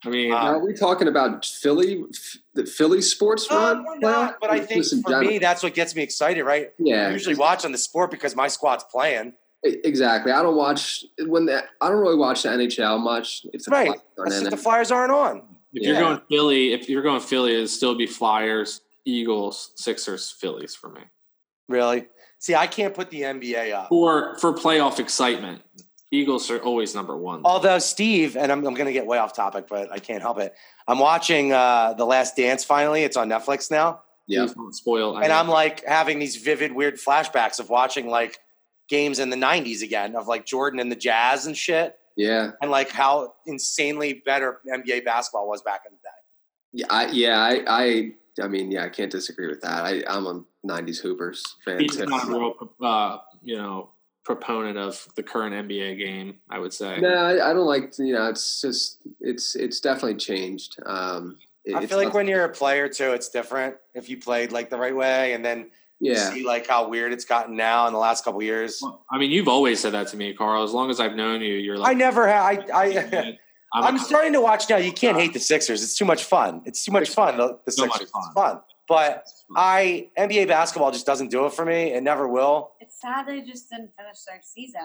Speaker 2: I mean,
Speaker 4: Uh,
Speaker 6: Now, are we talking about Philly? f- The Philly sports
Speaker 4: Um,
Speaker 6: run?
Speaker 4: we're not, but I
Speaker 6: Just
Speaker 4: think
Speaker 6: in
Speaker 4: for
Speaker 6: general.
Speaker 4: me, that's what gets me excited, right? I
Speaker 6: yeah.
Speaker 4: usually watch on the sport because my squad's playing.
Speaker 6: E- Exactly. I don't watch when the, I don't really watch the NHL much. If the
Speaker 4: Right.
Speaker 6: Flyers aren't
Speaker 4: That's
Speaker 6: in
Speaker 4: if the
Speaker 6: it.
Speaker 4: Flyers aren't on.
Speaker 2: If
Speaker 6: Yeah.
Speaker 2: you're going Philly, if you're going Philly, it'd still be Flyers, Eagles, Sixers, Phillies for me.
Speaker 4: Really? See, I can't put the NBA up.
Speaker 2: For for playoff excitement, Eagles are always number one.
Speaker 4: Although Steve, and I'm, I'm going to get way off topic, but I can't help it. I'm watching uh, The Last Dance finally. It's on Netflix now.
Speaker 6: yeah.
Speaker 2: Please don't spoil.
Speaker 4: And
Speaker 2: any-
Speaker 4: I'm like having these vivid, weird flashbacks of watching like games in the 90s again of like Jordan and the Jazz and shit.
Speaker 6: Yeah.
Speaker 4: And like how insanely better NBA basketball was back in the day.
Speaker 6: Yeah. I, yeah. I, I. I mean, yeah. I can't disagree with that. I, I'm a '90s Hoopers fan
Speaker 2: he's not a
Speaker 6: too.
Speaker 2: real, uh, you know, proponent of the current NBA game. I would say.
Speaker 6: No, I, I don't like. You know, it's just it's it's definitely changed. Um, it-
Speaker 4: I
Speaker 6: it's
Speaker 4: feel like
Speaker 6: not-
Speaker 4: when you're a player too, it's different if you played like the right way and then
Speaker 6: yeah.
Speaker 4: you see like how weird it's gotten now in the last couple years.
Speaker 2: I mean, you've always said that to me, Carl. As long as I've known you, you're
Speaker 4: I
Speaker 2: like.
Speaker 4: never had. I, I
Speaker 2: I'm,
Speaker 4: I'm
Speaker 2: a-
Speaker 4: starting to watch now. You can't hate the Sixers. It's too much fun. It's too much fun. The, the
Speaker 2: So much
Speaker 4: Sixers, it's
Speaker 2: fun.
Speaker 4: fun. But I NBA basketball just doesn't do it for me. It never will.
Speaker 5: It's sad they just didn't finish their season.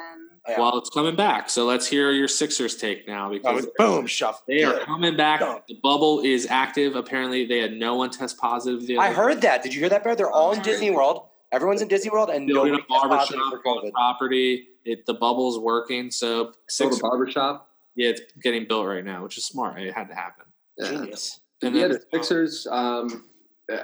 Speaker 4: Yeah.
Speaker 2: Well, it's coming back, so let's hear your Sixers take now
Speaker 4: I
Speaker 2: because
Speaker 4: was Oh, boom shuffle.
Speaker 2: they are coming back.
Speaker 4: Go.
Speaker 2: The bubble is active. Apparently, they had no one test positive. The
Speaker 4: I
Speaker 2: other-
Speaker 4: heard that. Did you hear that, Bear? They're all in
Speaker 5: Yeah.
Speaker 4: Disney World. Everyone's in Disney World, and
Speaker 2: building
Speaker 4: nobody
Speaker 2: a
Speaker 4: tests
Speaker 2: barbershop
Speaker 4: positive for
Speaker 2: on the
Speaker 4: COVID.
Speaker 2: property. It, the bubble's working, so
Speaker 6: Sold
Speaker 2: six,
Speaker 6: a barbershop.
Speaker 2: yeah, it's getting built right now, which is smart. It had to happen.
Speaker 6: Yeah.
Speaker 4: Genius.
Speaker 2: And
Speaker 6: yeah,
Speaker 2: then-
Speaker 6: the Sixers. Um, uh,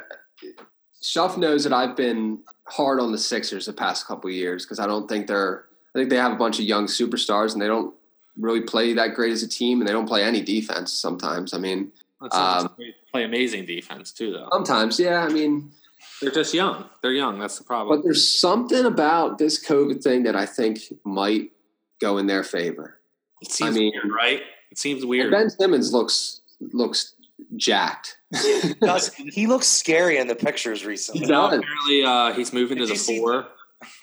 Speaker 6: Schuff knows that I've been hard on the Sixers the past couple of years because I don't think they're. I think they have a bunch of young superstars and they don't really play that great as a team and they don't play any defense sometimes. I mean,
Speaker 2: Let's not
Speaker 6: Um,
Speaker 2: play- play amazing defense too, though.
Speaker 6: sometimes, yeah. I mean,
Speaker 2: They're just young. They're young. That's the problem.
Speaker 6: but there's something about this COVID thing that I think might go in their favor.
Speaker 2: it seems
Speaker 6: I mean-
Speaker 2: weird, right? It seems
Speaker 6: And
Speaker 2: weird.
Speaker 6: ben Simmons looks looks jacked.
Speaker 4: Does- he looks scary in the pictures recently.
Speaker 6: He
Speaker 2: Now,
Speaker 6: does.
Speaker 2: apparently, uh, he's moving
Speaker 4: Did
Speaker 2: to
Speaker 4: you
Speaker 2: the
Speaker 4: see-
Speaker 2: four.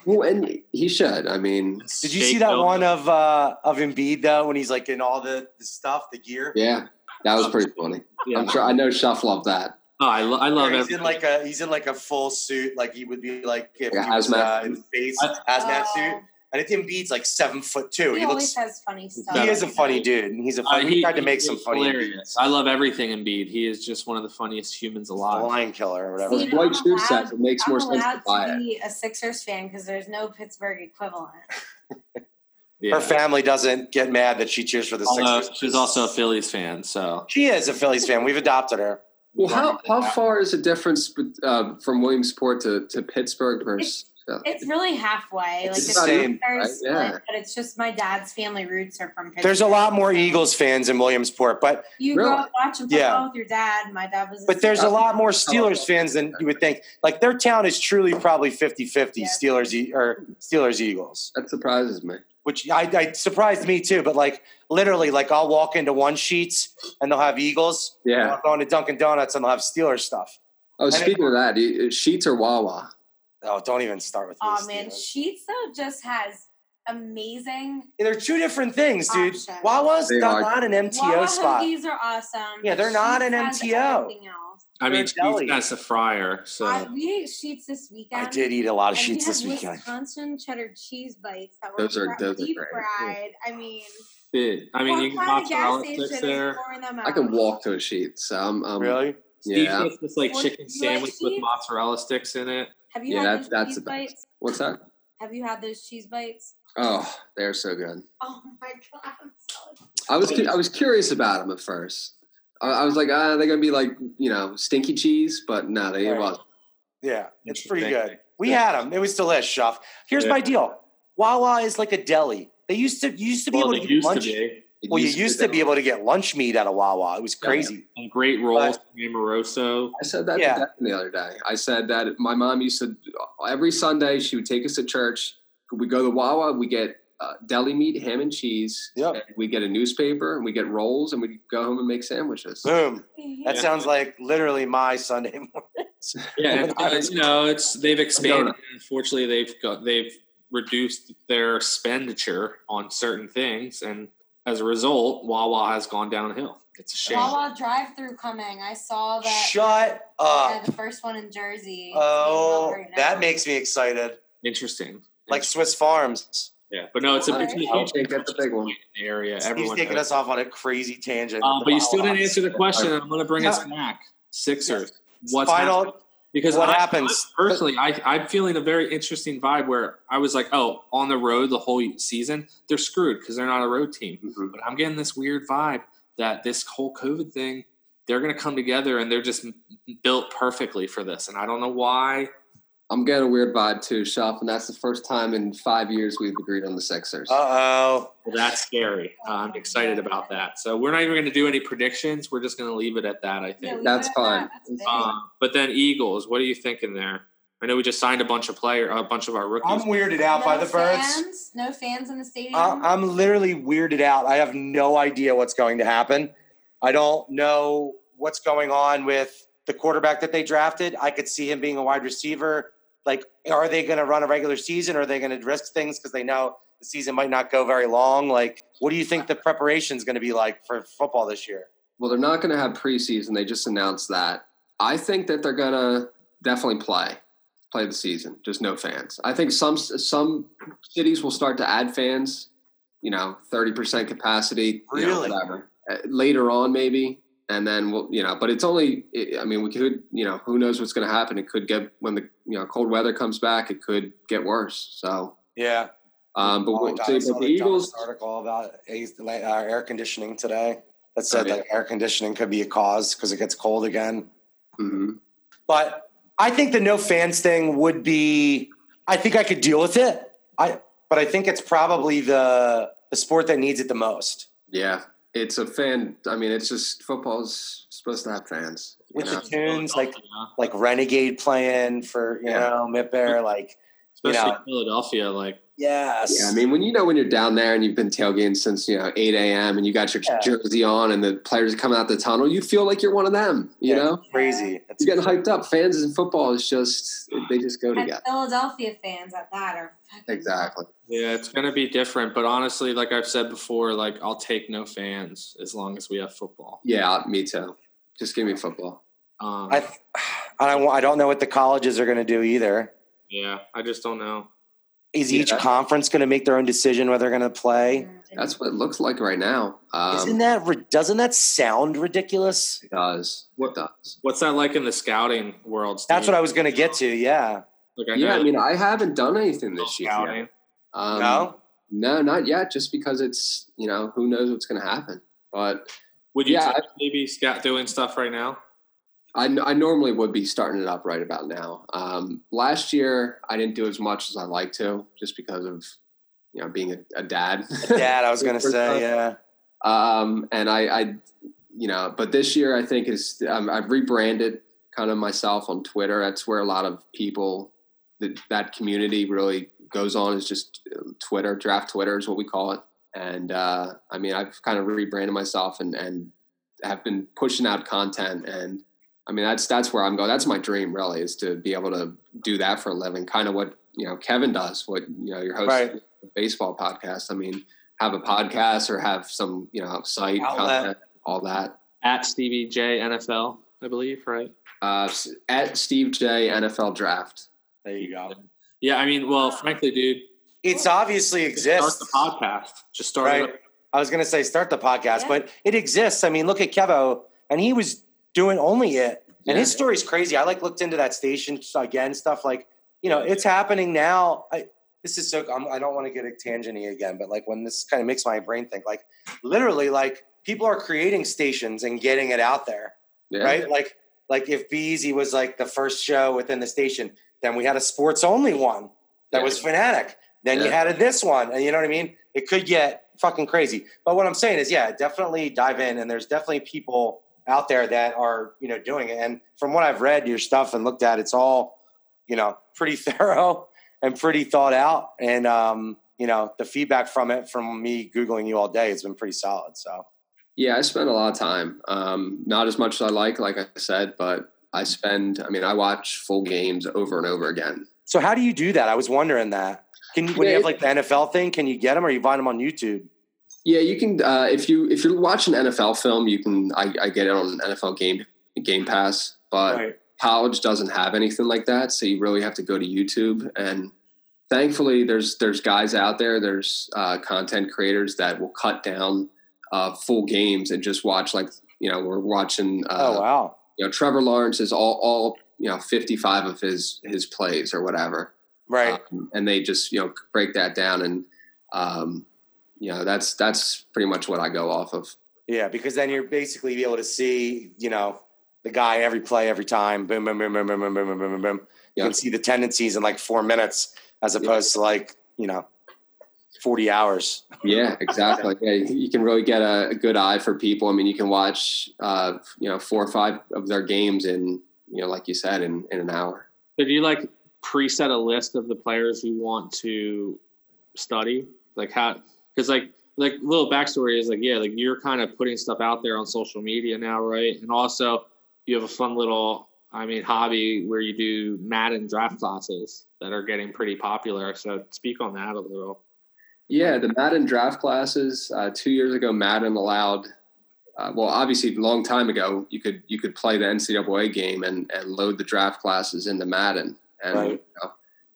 Speaker 6: Well, and he should. I mean,
Speaker 4: Did you see that one of uh, of Embiid though when he's like in all the, the stuff, the gear?
Speaker 6: yeah, that was pretty funny.
Speaker 2: Yeah.
Speaker 6: I'm sure I know Schuff loved that.
Speaker 2: Oh, I, lo- I love
Speaker 4: He's
Speaker 2: every
Speaker 4: in like a he's in like a full suit, like he would be like if
Speaker 6: Like a
Speaker 4: he was
Speaker 6: hazmat
Speaker 4: uh, in space,
Speaker 2: I-
Speaker 4: hazmat suit.
Speaker 5: Oh,
Speaker 4: And it's Embiid's like seven foot two.
Speaker 5: He,
Speaker 4: He, looks
Speaker 5: always has funny stuff.
Speaker 4: he is a funny dude, and he's a funny.
Speaker 2: Uh,
Speaker 4: he, tried to make
Speaker 2: he
Speaker 4: some
Speaker 2: is
Speaker 4: funny
Speaker 2: hilarious. I love everything Embiid. He is just one of the funniest humans
Speaker 4: the
Speaker 2: alive.
Speaker 4: lion killer or whatever.
Speaker 5: See,
Speaker 6: As Blake
Speaker 5: I'm
Speaker 6: Shu
Speaker 5: allowed-
Speaker 6: says, it makes
Speaker 5: I'm
Speaker 6: more sense
Speaker 5: allowed
Speaker 6: to buy
Speaker 5: to
Speaker 6: it.
Speaker 5: be a Sixers fan because there's no Pittsburgh equivalent.
Speaker 2: Yeah.
Speaker 4: Her family doesn't get mad that she cheers for the
Speaker 2: Although
Speaker 4: Sixers.
Speaker 2: she's also a Phillies fan, so
Speaker 4: she is a Phillies fan. We've adopted her.
Speaker 6: Well, how, how far is the difference bet- uh, from Williamsport to, to Pittsburgh versus? uh,
Speaker 5: It's really halfway.
Speaker 4: It's
Speaker 5: like
Speaker 4: the
Speaker 5: it's
Speaker 4: same,
Speaker 5: very
Speaker 6: right?
Speaker 5: split,
Speaker 6: Yeah.
Speaker 5: but it's just my dad's family roots are from Pittsburgh.
Speaker 4: There's a lot more Eagles fans in Williamsport, but
Speaker 5: You
Speaker 6: Really?
Speaker 5: grow up watching football
Speaker 4: Yeah.
Speaker 5: with your dad. My dad was.
Speaker 4: but there's a lot more Steelers fans than you would think. Like their town is truly probably 50-50
Speaker 5: Yeah.
Speaker 4: Steelers E- or Steelers Eagles.
Speaker 6: that surprises me.
Speaker 4: which I, I surprised me too. But like literally, like I'll walk into one sheets and they'll have Eagles. And
Speaker 6: Yeah.
Speaker 4: I'll go into Dunkin' Donuts and they'll have Steelers stuff.
Speaker 6: Oh,
Speaker 4: didn't-
Speaker 6: speaking of that, you- sheets or Wawa?
Speaker 4: Oh, don't even start with me.
Speaker 5: Oh man,
Speaker 4: Steelers.
Speaker 5: Sheets though just has amazing.
Speaker 4: They're two different things, dude.
Speaker 5: Option.
Speaker 4: Wawa's
Speaker 6: They
Speaker 4: not,
Speaker 6: are.
Speaker 4: not an MTO
Speaker 5: Wawa
Speaker 4: spot.
Speaker 5: hoagies are awesome.
Speaker 4: Yeah, they're not
Speaker 5: Sheetz
Speaker 4: an
Speaker 5: has
Speaker 4: MTO.
Speaker 5: everything else.
Speaker 2: I mean,
Speaker 4: They're
Speaker 2: she's
Speaker 4: jelly.
Speaker 2: got a fryer. So
Speaker 5: I, we ate Sheets this weekend.
Speaker 4: I did eat a lot of
Speaker 5: and we
Speaker 4: sheets this
Speaker 5: had
Speaker 4: weekend.
Speaker 5: Wisconsin cheddar cheese bites that were
Speaker 6: Those are-
Speaker 5: fri-
Speaker 6: those are
Speaker 5: deep
Speaker 6: great.
Speaker 5: fried. I mean,
Speaker 2: Dude, I mean,
Speaker 5: what
Speaker 2: you can
Speaker 5: kind of
Speaker 2: mozzarella
Speaker 5: gas
Speaker 2: sticks
Speaker 5: station
Speaker 2: there.
Speaker 5: is pouring them out?
Speaker 6: I can walk to a sheet. So I'm, um, I'm
Speaker 4: Really?
Speaker 2: Steve
Speaker 6: yeah.
Speaker 2: makes this like
Speaker 5: What-
Speaker 2: chicken
Speaker 5: you like
Speaker 2: sandwich with
Speaker 5: cheese?
Speaker 2: mozzarella sticks in it.
Speaker 5: Have you
Speaker 6: Yeah,
Speaker 5: had
Speaker 6: that's-
Speaker 5: those
Speaker 6: that's
Speaker 5: cheese
Speaker 6: the best.
Speaker 5: bites?
Speaker 6: What's that?
Speaker 5: Have you had those cheese bites?
Speaker 6: Oh, they're so good.
Speaker 5: Oh my god! I'm so-
Speaker 6: I was cu- I was curious about them at first. I, I was like, ah, they're gonna be like you know stinky cheese, but no, they
Speaker 4: Right.
Speaker 6: was.
Speaker 4: Yeah, it's pretty
Speaker 2: Interesting.
Speaker 4: good. We had them. It was delicious, Shuff. Here's
Speaker 2: Yeah.
Speaker 4: my deal. Wawa is like a deli. They used to you used to be
Speaker 2: Well,
Speaker 4: able
Speaker 2: they
Speaker 4: to get
Speaker 2: used to
Speaker 4: lunch.
Speaker 2: be.
Speaker 6: it
Speaker 4: Well, you used to be able to get lunch meat at a Wawa. It was
Speaker 6: Yeah.
Speaker 4: crazy.
Speaker 2: And great rolls, Amoroso.
Speaker 6: I said that
Speaker 4: Yeah.
Speaker 6: to Devin the other day. I said that my mom used to every Sunday she would take us to church. We go to Wawa, we get uh, deli meat, ham and cheese.
Speaker 4: Yep.
Speaker 6: and we get a newspaper and we get rolls and we go home and make sandwiches.
Speaker 4: Boom. That
Speaker 2: Yeah.
Speaker 4: sounds like literally my Sunday morning.
Speaker 2: Yeah, and, uh, you know, it's they've expanded.
Speaker 6: Donut.
Speaker 2: Unfortunately, they've got they've reduced their expenditure on certain things, and as a result, Wawa has gone downhill. It's a shame.
Speaker 5: Wawa drive-through coming. I saw that.
Speaker 4: Shut
Speaker 5: yeah,
Speaker 4: up.
Speaker 5: the first one in Jersey.
Speaker 4: Oh,
Speaker 5: Right now.
Speaker 4: that makes me excited.
Speaker 2: Interesting.
Speaker 4: Like Swiss Farms.
Speaker 2: Yeah, but no, it's a, it's a
Speaker 6: I
Speaker 2: huge
Speaker 6: think that's a big one.
Speaker 2: area.
Speaker 4: He's
Speaker 2: Everyone
Speaker 4: taking
Speaker 2: knows.
Speaker 4: us off on a crazy tangent.
Speaker 2: Uh, but you still didn't answer the question. and I'm going to bring us
Speaker 4: Yeah.
Speaker 2: back. Sixers. What's
Speaker 4: Final-
Speaker 2: happening? Because
Speaker 4: what
Speaker 2: I-
Speaker 4: happens?
Speaker 2: I- personally, I, I'm feeling a very interesting vibe where I was like, oh, on the road the whole season, they're screwed because they're not a road team.
Speaker 4: Mm-hmm.
Speaker 6: Mhm.
Speaker 2: But I'm getting this weird vibe that this whole COVID thing, they're going to come together and they're just built perfectly for this. And I don't know why.
Speaker 6: I'm getting a weird vibe too, Shuff, and that's the first time in five years we've agreed on the Sixers.
Speaker 4: Uh oh.
Speaker 2: Well, that's scary. Uh, I'm excited about that. So we're not even going to do any predictions. We're just going to leave it at that, I think.
Speaker 5: No, we
Speaker 6: That's
Speaker 5: better not.
Speaker 6: fine.
Speaker 5: That's big.
Speaker 2: Um, but then Eagles, what are you thinking there? I know we just signed a bunch of player, a bunch of our
Speaker 4: I'm
Speaker 2: rookies.
Speaker 4: weirded out by the birds.
Speaker 5: Fans, no fans in the stadium.
Speaker 4: I, I'm literally weirded out. I have no idea what's going to happen. I don't know what's going on with the quarterback that they drafted. I could see him being a wide receiver. Like, are they going to run a regular season? Or are they going to risk things because they know the season might not go very long? Like, what do you think the preparation's going to be like for football this year?
Speaker 6: Well, they're not going to have preseason. They just announced that. I think that they're going to definitely play, play the season. Just no fans. I think some some cities will start to add fans. You know, thirty percent capacity. you know,
Speaker 4: Really?
Speaker 6: whatever. Uh, Later on, maybe, and then we'll you know. But it's only. I I mean, we could. You know, who knows what's going to happen? It could get when the you know cold weather comes back. It could get worse. So,
Speaker 4: Yeah.
Speaker 6: um, but
Speaker 4: Oh my
Speaker 6: we'll
Speaker 4: God,
Speaker 6: see.
Speaker 4: I saw
Speaker 6: But the
Speaker 4: the dumbest
Speaker 6: Eagles.
Speaker 4: article about uh, air conditioning today that said
Speaker 6: Oh, yeah.
Speaker 4: like air conditioning could be a cause because it gets cold again.
Speaker 6: Mhm.
Speaker 4: But I think the no fans thing would be. I think I could deal with it. I but I think it's probably the the sport that needs it the most,
Speaker 6: Yeah, it's a fan. I mean, it's just football's supposed to have fans. you
Speaker 4: with
Speaker 6: know?
Speaker 4: the tunes like like Renegade playing for you
Speaker 6: Yeah.
Speaker 4: know Mip Bear like
Speaker 2: especially
Speaker 4: yeah.
Speaker 2: Philadelphia, like
Speaker 4: yes.
Speaker 6: yeah, I mean, when you know when you're down there and you've been tailgating since you know 8 a.m. and you got your
Speaker 4: Yeah.
Speaker 6: jersey on and the players are coming out the tunnel, you feel like you're one of them. You
Speaker 4: Yeah,
Speaker 6: know,
Speaker 4: crazy. It's,
Speaker 6: you're getting hyped up. Fans in football is just they just go
Speaker 5: and
Speaker 6: together.
Speaker 5: Philadelphia fans at that are fucking
Speaker 6: Exactly.
Speaker 2: yeah, it's gonna be different. But honestly, like I've said before, like I'll take no fans as long as we have football.
Speaker 6: Yeah, me too. Just give me football.
Speaker 2: Um,
Speaker 4: I th- I don't I don't know what the colleges are going to do either.
Speaker 2: yeah, I just don't know.
Speaker 4: Is
Speaker 6: Yeah,
Speaker 4: each
Speaker 6: that-
Speaker 4: conference going to make their own decision whether they're going to play?
Speaker 6: That's what it looks like right now. Um,
Speaker 4: Isn't that ri- doesn't that sound ridiculous?
Speaker 6: it does what does?
Speaker 2: What's that like in the scouting world? Steve?
Speaker 4: That's what I was going to get to. Yeah.
Speaker 2: Like, I know
Speaker 6: Yeah, I
Speaker 2: there's
Speaker 6: mean, I haven't done anything this year.
Speaker 2: scouting.
Speaker 6: Um,
Speaker 4: no.
Speaker 6: No, not yet. Just because it's you know who knows what's going to happen. But
Speaker 2: Would you
Speaker 6: Yeah,
Speaker 2: take maybe scout doing stuff right now?
Speaker 6: I, I normally would be starting it up right about now. Um, last year I didn't do as much as I like to, just because of you know being a, a dad.
Speaker 4: Dad, I was going to
Speaker 6: First
Speaker 4: say,
Speaker 6: time.
Speaker 4: yeah.
Speaker 6: um, and I, I, you know, but this year I think is um, I've rebranded kind of myself on Twitter. That's where a lot of people that that community really goes on is just uh, Twitter. Draft Twitter is what we call it. And uh, I mean, I've kind of rebranded myself and and have been pushing out content. And I mean, that's that's where I'm going. That's my dream, really, is to be able to do that for a living. Kind of what you know Kevin does. What you know your host
Speaker 4: Right.
Speaker 6: of the baseball podcast. I mean, have a podcast or have some you know site
Speaker 4: Outlet.
Speaker 6: content, all that.
Speaker 2: At Stevie J NFL, I believe, right?
Speaker 6: Uh, s- at Steve J NFL Draft.
Speaker 4: There you go.
Speaker 2: Yeah, I mean, well, frankly, dude,
Speaker 4: It's obviously
Speaker 2: start the
Speaker 4: exists.
Speaker 2: podcast. Just start it
Speaker 4: Right.
Speaker 2: up.
Speaker 4: I was going to say start the podcast,
Speaker 5: Yeah.
Speaker 4: but it exists. I mean, look at Kevo, and he was doing only it. And his story's crazy. I like looked into that station again, stuff like, you know, it's happening now. I, this is so, I'm, I don't want to get a tangenty again, but like when this kind of makes my brain think, like literally, like people are creating stations and getting it out there.
Speaker 6: Yeah.
Speaker 4: right? Like like if Be Easy was like the first show within the station, then we had a sports only one that
Speaker 6: Yeah.
Speaker 4: was Fanatic. Then you
Speaker 6: Yeah.
Speaker 4: had a, this one, and you know what I mean. It could get fucking crazy. But what I'm saying is, yeah, definitely dive in. And there's definitely people out there that are you know doing it. And from what I've read your stuff and looked at, it's all you know pretty thorough and pretty thought out. And um, you know the feedback from it from me googling you all day has been pretty solid. So
Speaker 6: Yeah, I spend a lot of time. Um, not as much as I like, like I said, but I spend. I mean, I watch full games over and over again.
Speaker 4: So how do you do that? I was wondering that. Can you, when you have like the NFL thing, can you get them or you find them on YouTube?
Speaker 6: Yeah, you can. Uh, if you if you're watching NFL film, you can. I, I get it on NFL game Game Pass, but college doesn't have anything like that, so you really have to go to YouTube and thankfully there's there's guys out there there's uh, content creators that will cut down uh, full games and just watch like you know we're watching uh,
Speaker 4: oh wow.
Speaker 6: you know Trevor Lawrence is all all you know 55 of his his plays or whatever
Speaker 4: Right.
Speaker 6: um, and they just you know break that down and um, you know that's that's pretty much what I go off of
Speaker 4: yeah, because then you're basically be able to see, you know, the guy every play every time. Boom, boom, boom, boom, boom, boom, boom, boom, boom, boom, boom. You
Speaker 6: Yeah.
Speaker 4: can see the tendencies in like four minutes as opposed to like, you know, 40 hours.
Speaker 6: yeah exactly yeah, you you can really get a, a good eye for people I mean you can watch uh, you know four or five of their games in you know like you said in in an hour
Speaker 2: So do you like preset a list of the players you want to study? Like how? Because like like little backstory is like yeah, like you're kind of putting stuff out there on social media now, right? And also you have a fun little I mean hobby where you do Madden draft classes that are getting pretty popular. So speak on that a little.
Speaker 6: Yeah, the Madden draft classes uh, two years ago, Madden allowed. Uh, well, obviously, a long time ago, you could you could play the NCAA game and, and load the draft classes into Madden, and
Speaker 4: Right.
Speaker 6: you know,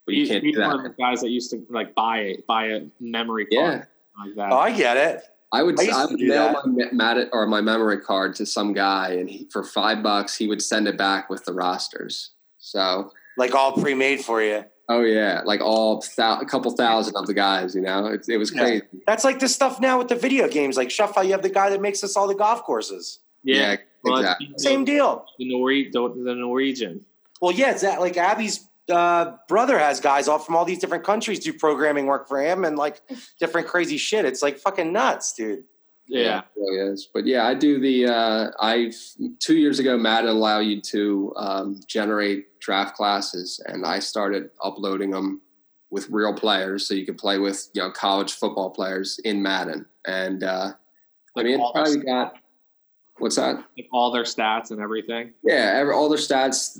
Speaker 6: but you can't do
Speaker 2: You're one of
Speaker 6: that.
Speaker 2: the guys that used to like buy it, buy a memory
Speaker 6: Yeah,
Speaker 2: card like that.
Speaker 4: Oh, I get it.
Speaker 6: I would
Speaker 4: I
Speaker 6: I,
Speaker 4: used to
Speaker 6: would
Speaker 4: do
Speaker 6: mail
Speaker 4: that.
Speaker 6: my ma- Madden or my memory card to some guy, and he, for five bucks, he would send it back with the rosters. So,
Speaker 4: Like all pre made for you.
Speaker 6: oh yeah, like all thou- a couple thousand of the guys, you know, it, it was
Speaker 4: Yeah.
Speaker 6: crazy.
Speaker 4: That's like the stuff now with the video games. Like Shuffle, you have the guy that makes us all the golf courses.
Speaker 2: yeah, but
Speaker 6: exactly.
Speaker 4: Same deal.
Speaker 2: The, Nor- the, the Norwegian.
Speaker 4: Well, yeah, it's that like Abby's uh, brother has guys all from all these different countries do programming work for him and like different crazy shit. It's like fucking nuts, dude.
Speaker 2: Yeah.
Speaker 6: it really is. But yeah, I do the. Uh, I two years ago, Madden allow you to um, generate draft classes, and I started uploading them with real players, so you could play with you know college football players in Madden. And uh, I
Speaker 2: Like
Speaker 6: mean,
Speaker 2: all
Speaker 6: it's
Speaker 2: their
Speaker 6: probably got what's that?
Speaker 2: like all their stats and everything.
Speaker 6: Yeah, every, all their stats,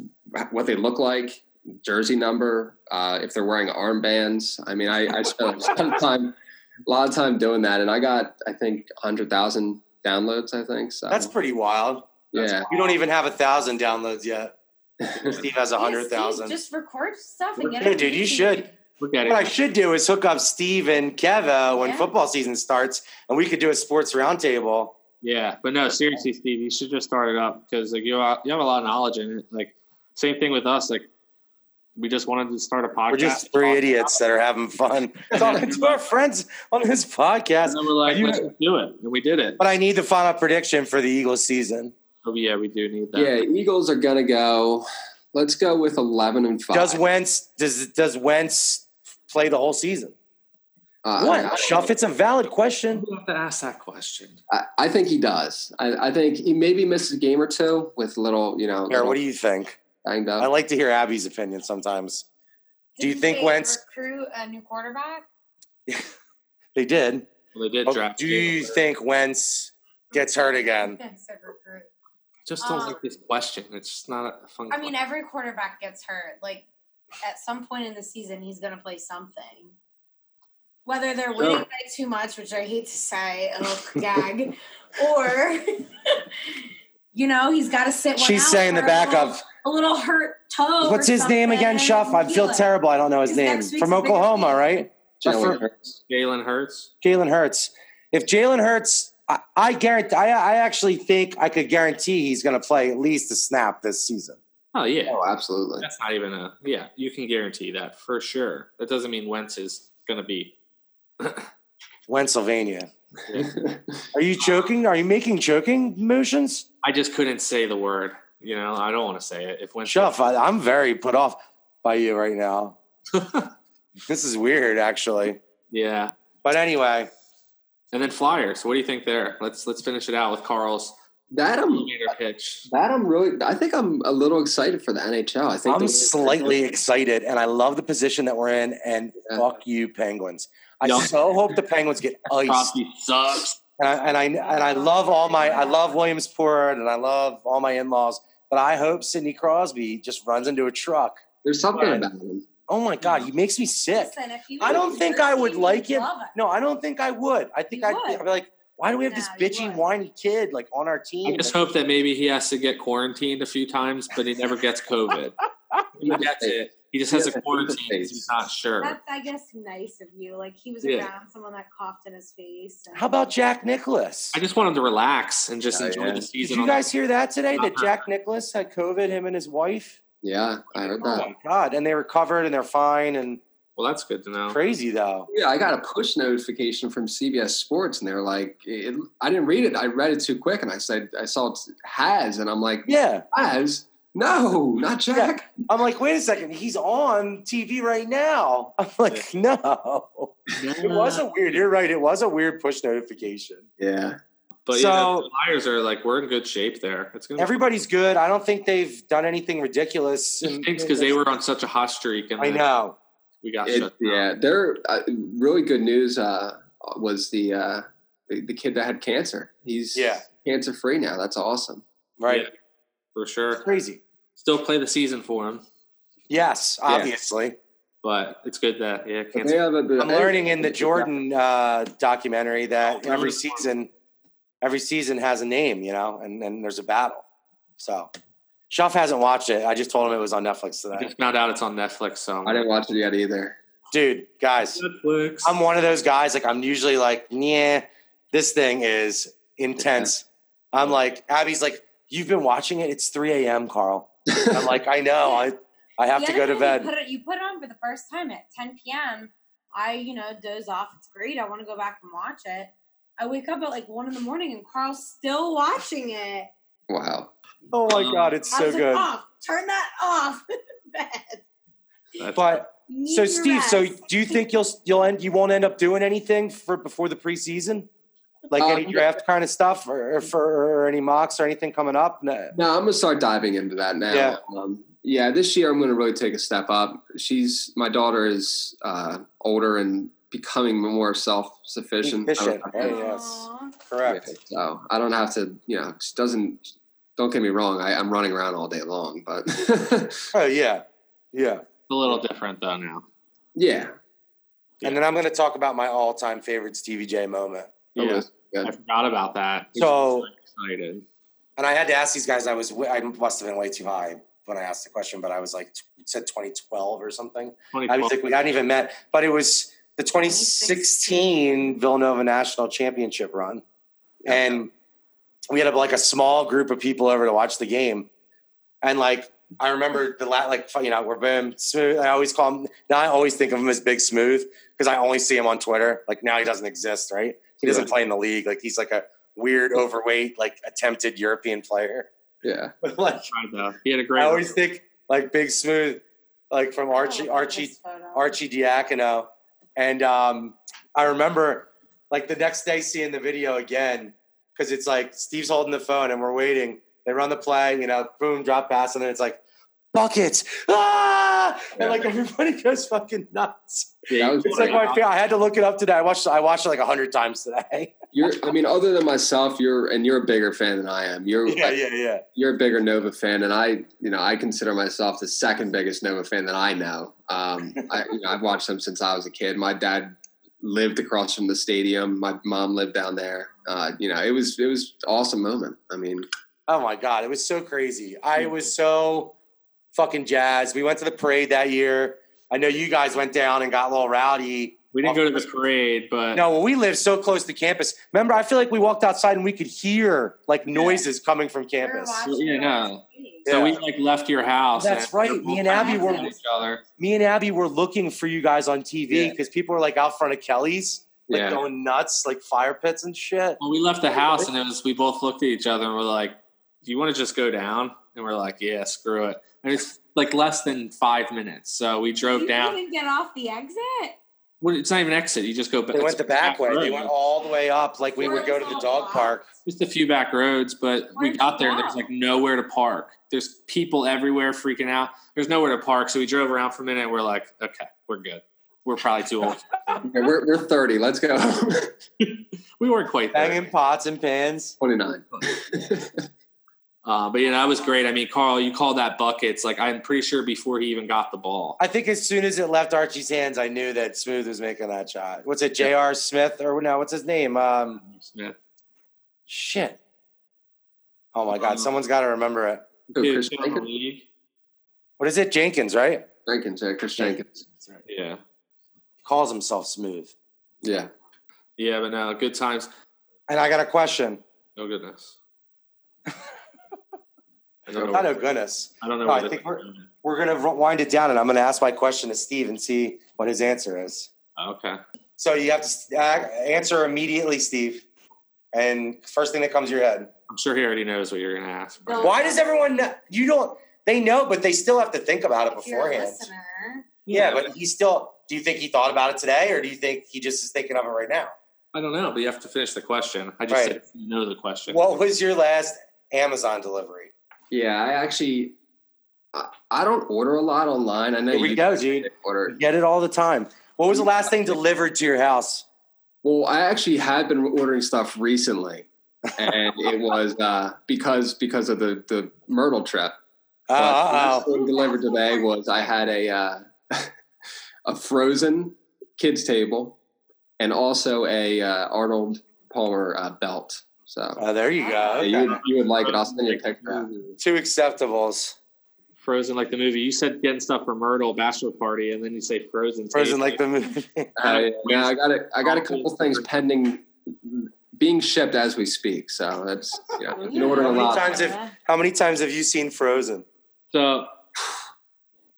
Speaker 6: what they look like, jersey number, uh, if they're wearing armbands. I mean, I, I spent a lot of time, a lot of time doing that, and I got, I think, hundred thousand downloads. I think so.
Speaker 4: That's pretty wild.
Speaker 6: yeah,
Speaker 4: You don't even have a thousand downloads yet. Steve has a
Speaker 8: Yeah,
Speaker 4: hundred
Speaker 8: Steve,
Speaker 4: thousand.
Speaker 8: Just record stuff and get
Speaker 4: Yeah,
Speaker 8: it. on
Speaker 4: dude, you
Speaker 8: YouTube.
Speaker 4: should.
Speaker 2: Look at
Speaker 4: What I
Speaker 2: it.
Speaker 4: should do is hook up Steve and Keva when
Speaker 8: Yeah.
Speaker 4: football season starts, and we could do a sports roundtable.
Speaker 2: Yeah, but no, seriously, Steve, you should just start it up because like you have, you have a lot of knowledge in it. Like same thing with us. Like we just wanted to start a podcast.
Speaker 4: We're just three idiots that are having fun talking to our friends on this podcast.
Speaker 2: And then we're like,
Speaker 4: Are you-
Speaker 2: let's just do it, and we did it.
Speaker 4: But I need the final prediction for the Eagles season.
Speaker 2: Oh yeah, we do need that.
Speaker 6: yeah. Eagles are gonna go. Let's go with eleven and five.
Speaker 4: Does Wentz does does Wentz play the whole season?
Speaker 6: Uh, I- I-
Speaker 4: What? Shuff, it's a valid question.
Speaker 2: We have to ask that question.
Speaker 6: I, I think he does. I, I think he maybe misses a game or two with little, you know,
Speaker 4: Here,
Speaker 6: little
Speaker 4: what do you think?
Speaker 6: banged
Speaker 4: I
Speaker 6: up.
Speaker 4: like to hear Abby's opinion sometimes. Do you
Speaker 5: Didn't
Speaker 4: think
Speaker 5: they
Speaker 4: Wentz-
Speaker 5: recruit a new quarterback?
Speaker 4: They did.
Speaker 2: Well, they did
Speaker 4: Oh,
Speaker 2: draft.
Speaker 4: do
Speaker 2: Jalen
Speaker 4: you
Speaker 2: Hurts.
Speaker 4: think Wentz gets hurt again?
Speaker 5: I said recruit.
Speaker 2: Just don't
Speaker 5: um,
Speaker 2: like this question. It's just not a fun.
Speaker 5: I mean, every quarterback gets hurt. Like at some point in the season, he's going to play something. Whether they're winning
Speaker 2: Sure.
Speaker 5: by too much, which I hate to say, oh gag, or you know he's got to sit. One
Speaker 4: She's
Speaker 5: out
Speaker 4: saying the
Speaker 5: for a
Speaker 4: backup.
Speaker 5: little- a little hurt toe.
Speaker 4: What's his name again, Shuff? I feel terrible. I don't know his
Speaker 5: His
Speaker 4: name.
Speaker 5: next week's
Speaker 4: From
Speaker 5: a bigger
Speaker 4: Oklahoma,
Speaker 5: game.
Speaker 4: right?
Speaker 6: Jalen
Speaker 4: That's for-
Speaker 6: Hurts.
Speaker 2: Jalen Hurts.
Speaker 4: Jalen Hurts. If Jalen Hurts, I, I guarantee. I, I actually think I could guarantee he's going to play at least a snap this season.
Speaker 2: Oh yeah,
Speaker 6: Oh, absolutely.
Speaker 2: that's not even a yeah. You can guarantee that for sure. That doesn't mean Wentz is gonna be.
Speaker 4: Pennsylvania. Are you joking? Are you making joking motions?
Speaker 2: I just couldn't say the word. You know, I don't want to say it. If Wentz
Speaker 4: Shuff, I, I'm very put off by you right now. this is weird, actually.
Speaker 2: Yeah.
Speaker 4: But anyway,
Speaker 2: And then Flyers. What do you think there? Let's let's finish it out with Carl's
Speaker 6: that um, I'm
Speaker 2: elevator pitch.
Speaker 6: that I'm really. I think I'm a little excited for the NHL. I think
Speaker 4: I'm
Speaker 6: the-
Speaker 4: slightly excited, and I love the position that we're in. And
Speaker 6: Yeah.
Speaker 4: fuck you, Penguins. I
Speaker 2: No.
Speaker 4: so hope the Penguins get iced.
Speaker 2: Crosby sucks.
Speaker 4: And I, and I and I love all my I love Williamsport, and I love all my in laws. But I hope Sidney Crosby just runs into a truck.
Speaker 6: There's something about him.
Speaker 4: Oh my
Speaker 2: Mm.
Speaker 4: god, he makes me sick.
Speaker 5: Listen, if you
Speaker 4: I don't
Speaker 5: were
Speaker 4: think I would
Speaker 5: Jersey,
Speaker 4: like
Speaker 5: you'd
Speaker 4: him.
Speaker 5: love him.
Speaker 4: No, I don't think I would. I think
Speaker 5: You
Speaker 4: I'd, be-
Speaker 5: would.
Speaker 4: I'd be like, why do we have this
Speaker 5: No, you
Speaker 4: bitchy,
Speaker 5: would.
Speaker 4: whiny kid like on our team?
Speaker 2: I just hope that maybe he has to get quarantined a few times, but he never gets COVID. Maybe That's it. He just has
Speaker 6: Yeah,
Speaker 2: a quarantine. 'cause He's not sure.
Speaker 5: That's, I guess, nice of you. Like he was
Speaker 2: Yeah.
Speaker 5: around someone that coughed in his face. and-
Speaker 4: How about Jack Nicholas?
Speaker 2: I just want him to relax and just
Speaker 6: Yeah,
Speaker 2: enjoy the
Speaker 6: yeah. Did
Speaker 4: Did
Speaker 2: season.
Speaker 4: you
Speaker 2: on the-
Speaker 4: guys hear that today?
Speaker 2: Not
Speaker 4: That Jack Nicholas had COVID, him and his wife.
Speaker 6: Yeah, I heard
Speaker 4: Oh
Speaker 6: that.
Speaker 4: my god! And they recovered and they're fine and
Speaker 2: well, that's good to know.
Speaker 4: crazy though.
Speaker 6: Yeah, I got a push notification from CBS Sports, and they're like, it, I didn't read it. I read it too quick, and I said, I saw it's has, and I'm like,
Speaker 4: Yeah,
Speaker 6: has? No, not Jack.
Speaker 4: I'm like, wait a second, he's on TV right now. I'm like, no, it was a weird. You're right, it was a weird push notification.
Speaker 6: Yeah.
Speaker 2: But
Speaker 4: So-
Speaker 2: yeah, the Flyers are like we're in good shape there. It's gonna
Speaker 4: Everybody's good. I don't think they've done anything ridiculous.
Speaker 2: be thanks because they were on such a hot streak, and
Speaker 4: I
Speaker 2: then
Speaker 4: know.
Speaker 2: we got
Speaker 6: It-
Speaker 2: shut.
Speaker 6: yeah, there. Uh, really good news uh, was the, uh, the the kid that had cancer. He's
Speaker 4: Yeah.
Speaker 6: cancer free now. That's awesome.
Speaker 4: Right.
Speaker 2: Yeah, for sure.
Speaker 4: Crazy.
Speaker 2: Still play the season for him,
Speaker 4: Yes,
Speaker 6: Yeah.
Speaker 4: obviously.
Speaker 2: but it's good that yeah.
Speaker 6: But
Speaker 2: Can't
Speaker 6: they have a- they-
Speaker 4: I'm learning in the Jordan uh, documentary that
Speaker 2: Oh, really?
Speaker 4: every season, every season has a name, you know, and then there's a battle. So, Shuff hasn't watched it. I just told him it was on Netflix
Speaker 2: I
Speaker 4: today.
Speaker 2: just found out it's on Netflix. So
Speaker 6: I didn't watch it yet either.
Speaker 4: Dude, guys,
Speaker 2: Netflix.
Speaker 4: I'm one of those guys. Like, I'm usually like, yeah, this thing is intense. I'm like, Abby's like, you've been watching it. It's 3 a.m. Carl. I'm like, I know. I I have
Speaker 5: The
Speaker 4: to go
Speaker 5: other
Speaker 4: to
Speaker 5: night
Speaker 4: bed.
Speaker 5: You put, it, you put it on for the first time at 10 p.m. I, you know, doze off. It's great. I want to go back and watch it. I wake up at like one in the morning and Carl's still watching it.
Speaker 6: Wow.
Speaker 4: Oh
Speaker 2: Uh-huh.
Speaker 4: my god, it's
Speaker 5: I
Speaker 4: so
Speaker 5: was
Speaker 4: good.
Speaker 5: like, "Ah." off. Turn that off. Bed.
Speaker 2: That's-
Speaker 4: But
Speaker 5: You need
Speaker 4: So
Speaker 5: your
Speaker 4: Steve, so
Speaker 5: rest.
Speaker 4: do you think you'll you'll end you won't end up doing anything for before the preseason, like
Speaker 6: Uh,
Speaker 4: any draft kind of stuff, or, or for or any mocks or anything coming up? No.
Speaker 6: No, I'm gonna start diving into that now.
Speaker 4: Yeah.
Speaker 6: Um, yeah, this year I'm gonna really take a step up. She's my daughter is uh, older and becoming more self sufficient.
Speaker 4: Efficient. Hey,
Speaker 5: Aw.
Speaker 4: yes, correct.
Speaker 6: So I don't have to, you know, she doesn't. Don't get me wrong. I, I'm running around all day long, but
Speaker 4: Oh yeah, yeah.
Speaker 2: It's a little different though now.
Speaker 6: Oh, yeah,
Speaker 4: And then I'm going to talk about my all-time favorite Stevie J moment.
Speaker 2: Yeah.
Speaker 6: was
Speaker 2: I
Speaker 6: good.
Speaker 2: forgot about that.
Speaker 4: So-
Speaker 2: excited.
Speaker 4: And I had to ask these guys. I was I must have been way too high when I asked the question, but I was like t- said 2012 or something. I was like, we hadn't even met, but it was the 2016 Villanova National Championship run. And we had a, like a small group of people over to watch the game. And like, I remember the la- like, you know, we're boom, smooth. I always call him, now I always think of him as Big Smooth because I only see him on Twitter. Like, now he doesn't exist, right? He doesn't play in the league. Like, he's like a weird, overweight, like attempted European player.
Speaker 6: Yeah,
Speaker 4: But like,
Speaker 2: Tried, though. He had a
Speaker 4: I
Speaker 2: great.
Speaker 4: always think like Big Smooth, like from Archie,
Speaker 5: I love
Speaker 4: Archie,
Speaker 5: this photo.
Speaker 4: Archie Diacono. And um, I remember like the next day seeing the video again because it's like Steve's holding the phone and we're waiting. They run the play, you know, boom, drop pass, and then it's like buckets, ah, and like everybody goes fucking nuts.
Speaker 2: Yeah,
Speaker 6: That was-
Speaker 2: you-
Speaker 4: It's like my favorite. I had to look it up today. I watched I watched it like a hundred times today.
Speaker 6: you're. I mean, other than myself, you're and you're a bigger fan than I am. You're
Speaker 4: yeah, yeah, yeah.
Speaker 6: you're a bigger Nova fan, and I, you know, I consider myself the second biggest Nova fan that I know. Um, I, you know, I've watched them since I was a kid. My dad lived across from the stadium. My mom lived down there. Uh, you know, it was it was an awesome moment. I mean,
Speaker 4: Oh my god, it was so crazy. I was so fucking jazzed. We went to the parade that year. I know you guys went down and got a little rowdy.
Speaker 2: we didn't go to the parade, but
Speaker 4: No, well, we live so close to campus. Remember, I feel like we walked outside and we could hear like noises coming from
Speaker 5: We were
Speaker 4: campus.
Speaker 5: watching
Speaker 2: Yeah,
Speaker 5: it
Speaker 2: no.
Speaker 5: last week.
Speaker 2: so we
Speaker 4: Yeah.
Speaker 2: like left your house.
Speaker 4: That's
Speaker 2: we were
Speaker 4: right.
Speaker 2: both
Speaker 4: Me and Abby
Speaker 2: kinda
Speaker 5: were-
Speaker 2: mad at each other.
Speaker 4: Me and Abby were looking for you guys on TV
Speaker 6: Yeah.
Speaker 4: because people were like out front of Kelly's, like
Speaker 6: yeah,
Speaker 4: going nuts, like fire pits and shit.
Speaker 2: Well, we left the house and it was we both looked at each other and we're like, "Do you want to just go down?" And we're like, "Yeah, screw it." And it's like less than five minutes, so we drove
Speaker 5: You
Speaker 2: down.
Speaker 5: didn't even get off the exit.
Speaker 2: Well, it's not even an exit. You just go. back.
Speaker 4: They went the back way. They went all the way up, like we
Speaker 5: Or
Speaker 4: would go to
Speaker 5: it's
Speaker 4: the
Speaker 5: all
Speaker 4: dog
Speaker 5: blocked.
Speaker 4: park.
Speaker 2: just a few back roads, but we
Speaker 5: Where'd
Speaker 2: got
Speaker 5: you
Speaker 2: there and
Speaker 5: go?
Speaker 2: there's like nowhere to park. There's people everywhere freaking out. There's nowhere to park, so we drove around for a minute. and We're like, okay, we're good. We're probably too old.
Speaker 6: Yeah, we're we're thirty. Let's go.
Speaker 2: we weren't quite there.
Speaker 4: Banging pots and pans.
Speaker 6: Twenty nine.
Speaker 2: Uh, but you know, that was great. I mean, Carl, you call that buckets. Like I'm pretty sure before he even got the ball.
Speaker 4: I think as soon as it left Archie's hands, I knew that Smooth was making that shot. What's it, J.R. Smith or no? What's his name? Um,
Speaker 2: Smith.
Speaker 4: shit.
Speaker 6: Mm.
Speaker 4: Oh my God! Someone's got to remember it.
Speaker 2: Dude, still in the league.
Speaker 4: What is it, Jenkins? Right?
Speaker 6: Jenkins, yeah, Chris Jenkins.
Speaker 2: Yeah.
Speaker 4: Calls himself smooth.
Speaker 6: Yeah.
Speaker 2: Yeah, but no, good times.
Speaker 4: And I got a question.
Speaker 2: No goodness. I don't know.
Speaker 4: Not oh goodness.
Speaker 2: I don't know.
Speaker 4: No,
Speaker 2: where
Speaker 4: I
Speaker 2: the-
Speaker 4: think we're we're gonna wind it down, and I'm gonna ask my question to Steve and see what his answer is.
Speaker 2: okay.
Speaker 4: So you have to uh, answer immediately, Steve. And first thing that comes to your head.
Speaker 2: I'm sure he already knows what you're gonna ask. but-
Speaker 5: No.
Speaker 4: Why does everyone know? You don't. They know, but they still have to think about it
Speaker 9: If you're a
Speaker 4: beforehand.
Speaker 9: listener,
Speaker 4: Yeah, but he still. Do you think he thought about it today, or do you think he just is thinking of it right now?
Speaker 2: I don't know, but you have to finish the question. I just
Speaker 4: Right.
Speaker 2: said you know the question.
Speaker 4: What was your last Amazon delivery?
Speaker 6: Yeah, I actually, I, I don't order a lot online. I know
Speaker 4: Here we
Speaker 6: you
Speaker 4: go, dude.
Speaker 6: order.
Speaker 4: Get it all the time. What was the last thing delivered to your house?
Speaker 6: Well, I actually had been ordering stuff recently, and it was uh, because because of the the Myrtle trip.
Speaker 4: Uh,
Speaker 6: But the
Speaker 4: uh,
Speaker 6: last thing delivered today was I had a uh, a frozen kids table, and also a uh, Arnold Palmer uh, belt. So
Speaker 4: uh, there you go.
Speaker 6: yeah,
Speaker 4: Okay.
Speaker 6: you, would- you would like it. I'll send you a picture. after.
Speaker 4: Two acceptables.
Speaker 2: Frozen like the movie. You said getting stuff for Myrtle bachelor party, and then you say Frozen.
Speaker 4: Frozen
Speaker 2: tape.
Speaker 4: like the movie.
Speaker 6: Uh, yeah, yeah, I got a, I got a couple things pending, being shipped as we speak. So that's you know, you can order a
Speaker 4: How many
Speaker 6: lot.
Speaker 4: times have How many times have you seen Frozen?
Speaker 2: So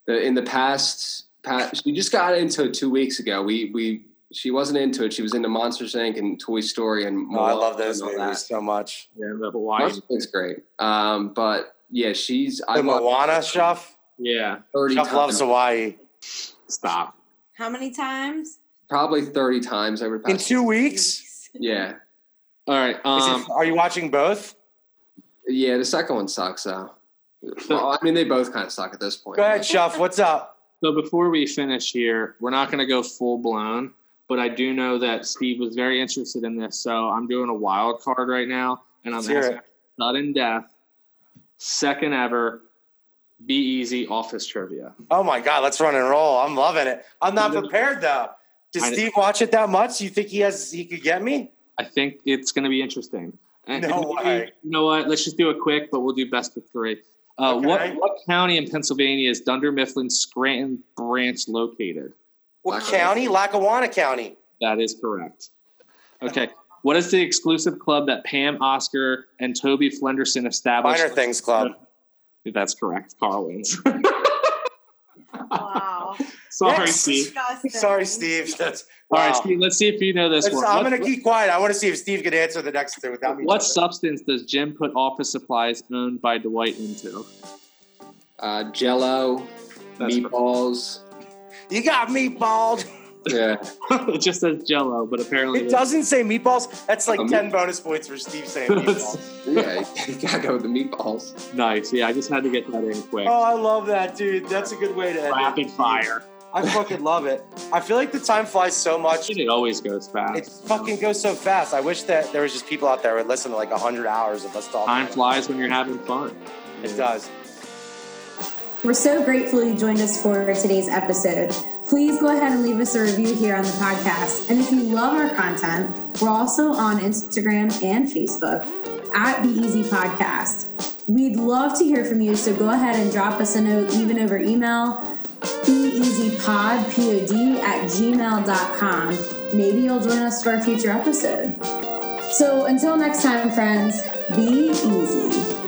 Speaker 6: The- in the past, past, she just got into it two weeks ago. We we she wasn't into it. She was into Monsters Inc. and Toy Story and.
Speaker 4: Oh, I
Speaker 6: Moana
Speaker 4: love those
Speaker 6: and all
Speaker 4: movies
Speaker 6: that.
Speaker 4: so much.
Speaker 2: yeah, the Hawaii.
Speaker 6: Monsters Inc.'s great, um, but yeah, she's I
Speaker 4: The
Speaker 6: bought
Speaker 4: Moana Chef.
Speaker 2: Yeah.
Speaker 6: thirty
Speaker 4: Chef loves
Speaker 6: times,
Speaker 4: Hawaii.
Speaker 2: Stop.
Speaker 5: How many times?
Speaker 6: probably thirty times over the
Speaker 4: In
Speaker 6: past.
Speaker 4: two weeks.
Speaker 6: yeah,
Speaker 2: All right.
Speaker 4: Is it-
Speaker 2: Um.
Speaker 4: are you watching both?
Speaker 6: yeah. The second one sucks though. Well, I mean, they both kind of suck at this point.
Speaker 4: Go ahead, Chef. What's up?
Speaker 2: So before we finish here, we're not going to go full blown, but I do know that Steve was very interested in this, so I'm doing a wild card right now, and I'm
Speaker 4: Let's hear
Speaker 2: asking sudden death, second ever, be easy office trivia.
Speaker 4: Oh my God, let's run and roll. I'm loving it. I'm not prepared though. Does
Speaker 2: I-
Speaker 4: Steve watch it that much? You think he has? He could get me?
Speaker 2: I think it's going to be interesting. And-
Speaker 4: No
Speaker 2: and maybe-
Speaker 4: way.
Speaker 2: You know what? Let's just do it quick, but we'll do best of three. Uh,
Speaker 4: Okay.
Speaker 2: What what county in Pennsylvania is Dunder Mifflin Scranton branch located?
Speaker 4: What
Speaker 6: Lackawanna.
Speaker 4: county? Lackawanna County.
Speaker 2: That is correct. Okay. What is the exclusive club that Pam Oscar and Toby Flenderson established?
Speaker 4: Minor Things Club.
Speaker 2: That's correct. Carl wins.
Speaker 5: Wow.
Speaker 2: Sorry,
Speaker 4: Yes.
Speaker 2: Steve.
Speaker 4: Sorry, Steve. That's,
Speaker 2: All right,
Speaker 4: wow.
Speaker 2: Steve. Let's see if you know this
Speaker 4: Let's-
Speaker 2: one.
Speaker 4: I'm
Speaker 2: What-
Speaker 4: going to keep quiet. I want to see if Steve could answer the next two without me.
Speaker 2: what substance does Jim put office supplies owned by Dwight into?
Speaker 6: uh, Jello,
Speaker 2: That's
Speaker 6: meatballs.
Speaker 4: You got meatballs.
Speaker 6: Yeah,
Speaker 2: it just says Jello, but apparently
Speaker 4: It doesn't say meatballs. That's like
Speaker 6: Um,
Speaker 4: 10 bonus points for Steve saying meatballs.
Speaker 6: yeah, you gotta go with the meatballs.
Speaker 2: Nice. Yeah, I just had to get that in quick.
Speaker 4: Oh, I love that, dude. That's a good way to end it.
Speaker 2: Rapid fire.
Speaker 4: I fucking love it. I feel like the time flies so much.
Speaker 2: It always goes fast.
Speaker 4: It fucking goes so fast. I wish that there was just people out there who would listen to like 100 hours of us
Speaker 2: Time
Speaker 4: talking.
Speaker 2: flies when you're having fun.
Speaker 4: It does.
Speaker 10: We're so grateful you joined us for today's episode. Please go ahead and leave us a review here on the podcast. And if you love our content, we're also on Instagram and Facebook at Be Easy Podcast. We'd love to hear from you, so go ahead and drop us a note, even over email, beeasypod, P-O-D, at gmail.com. Maybe you'll join us for a future episode. So until next time, friends, be easy.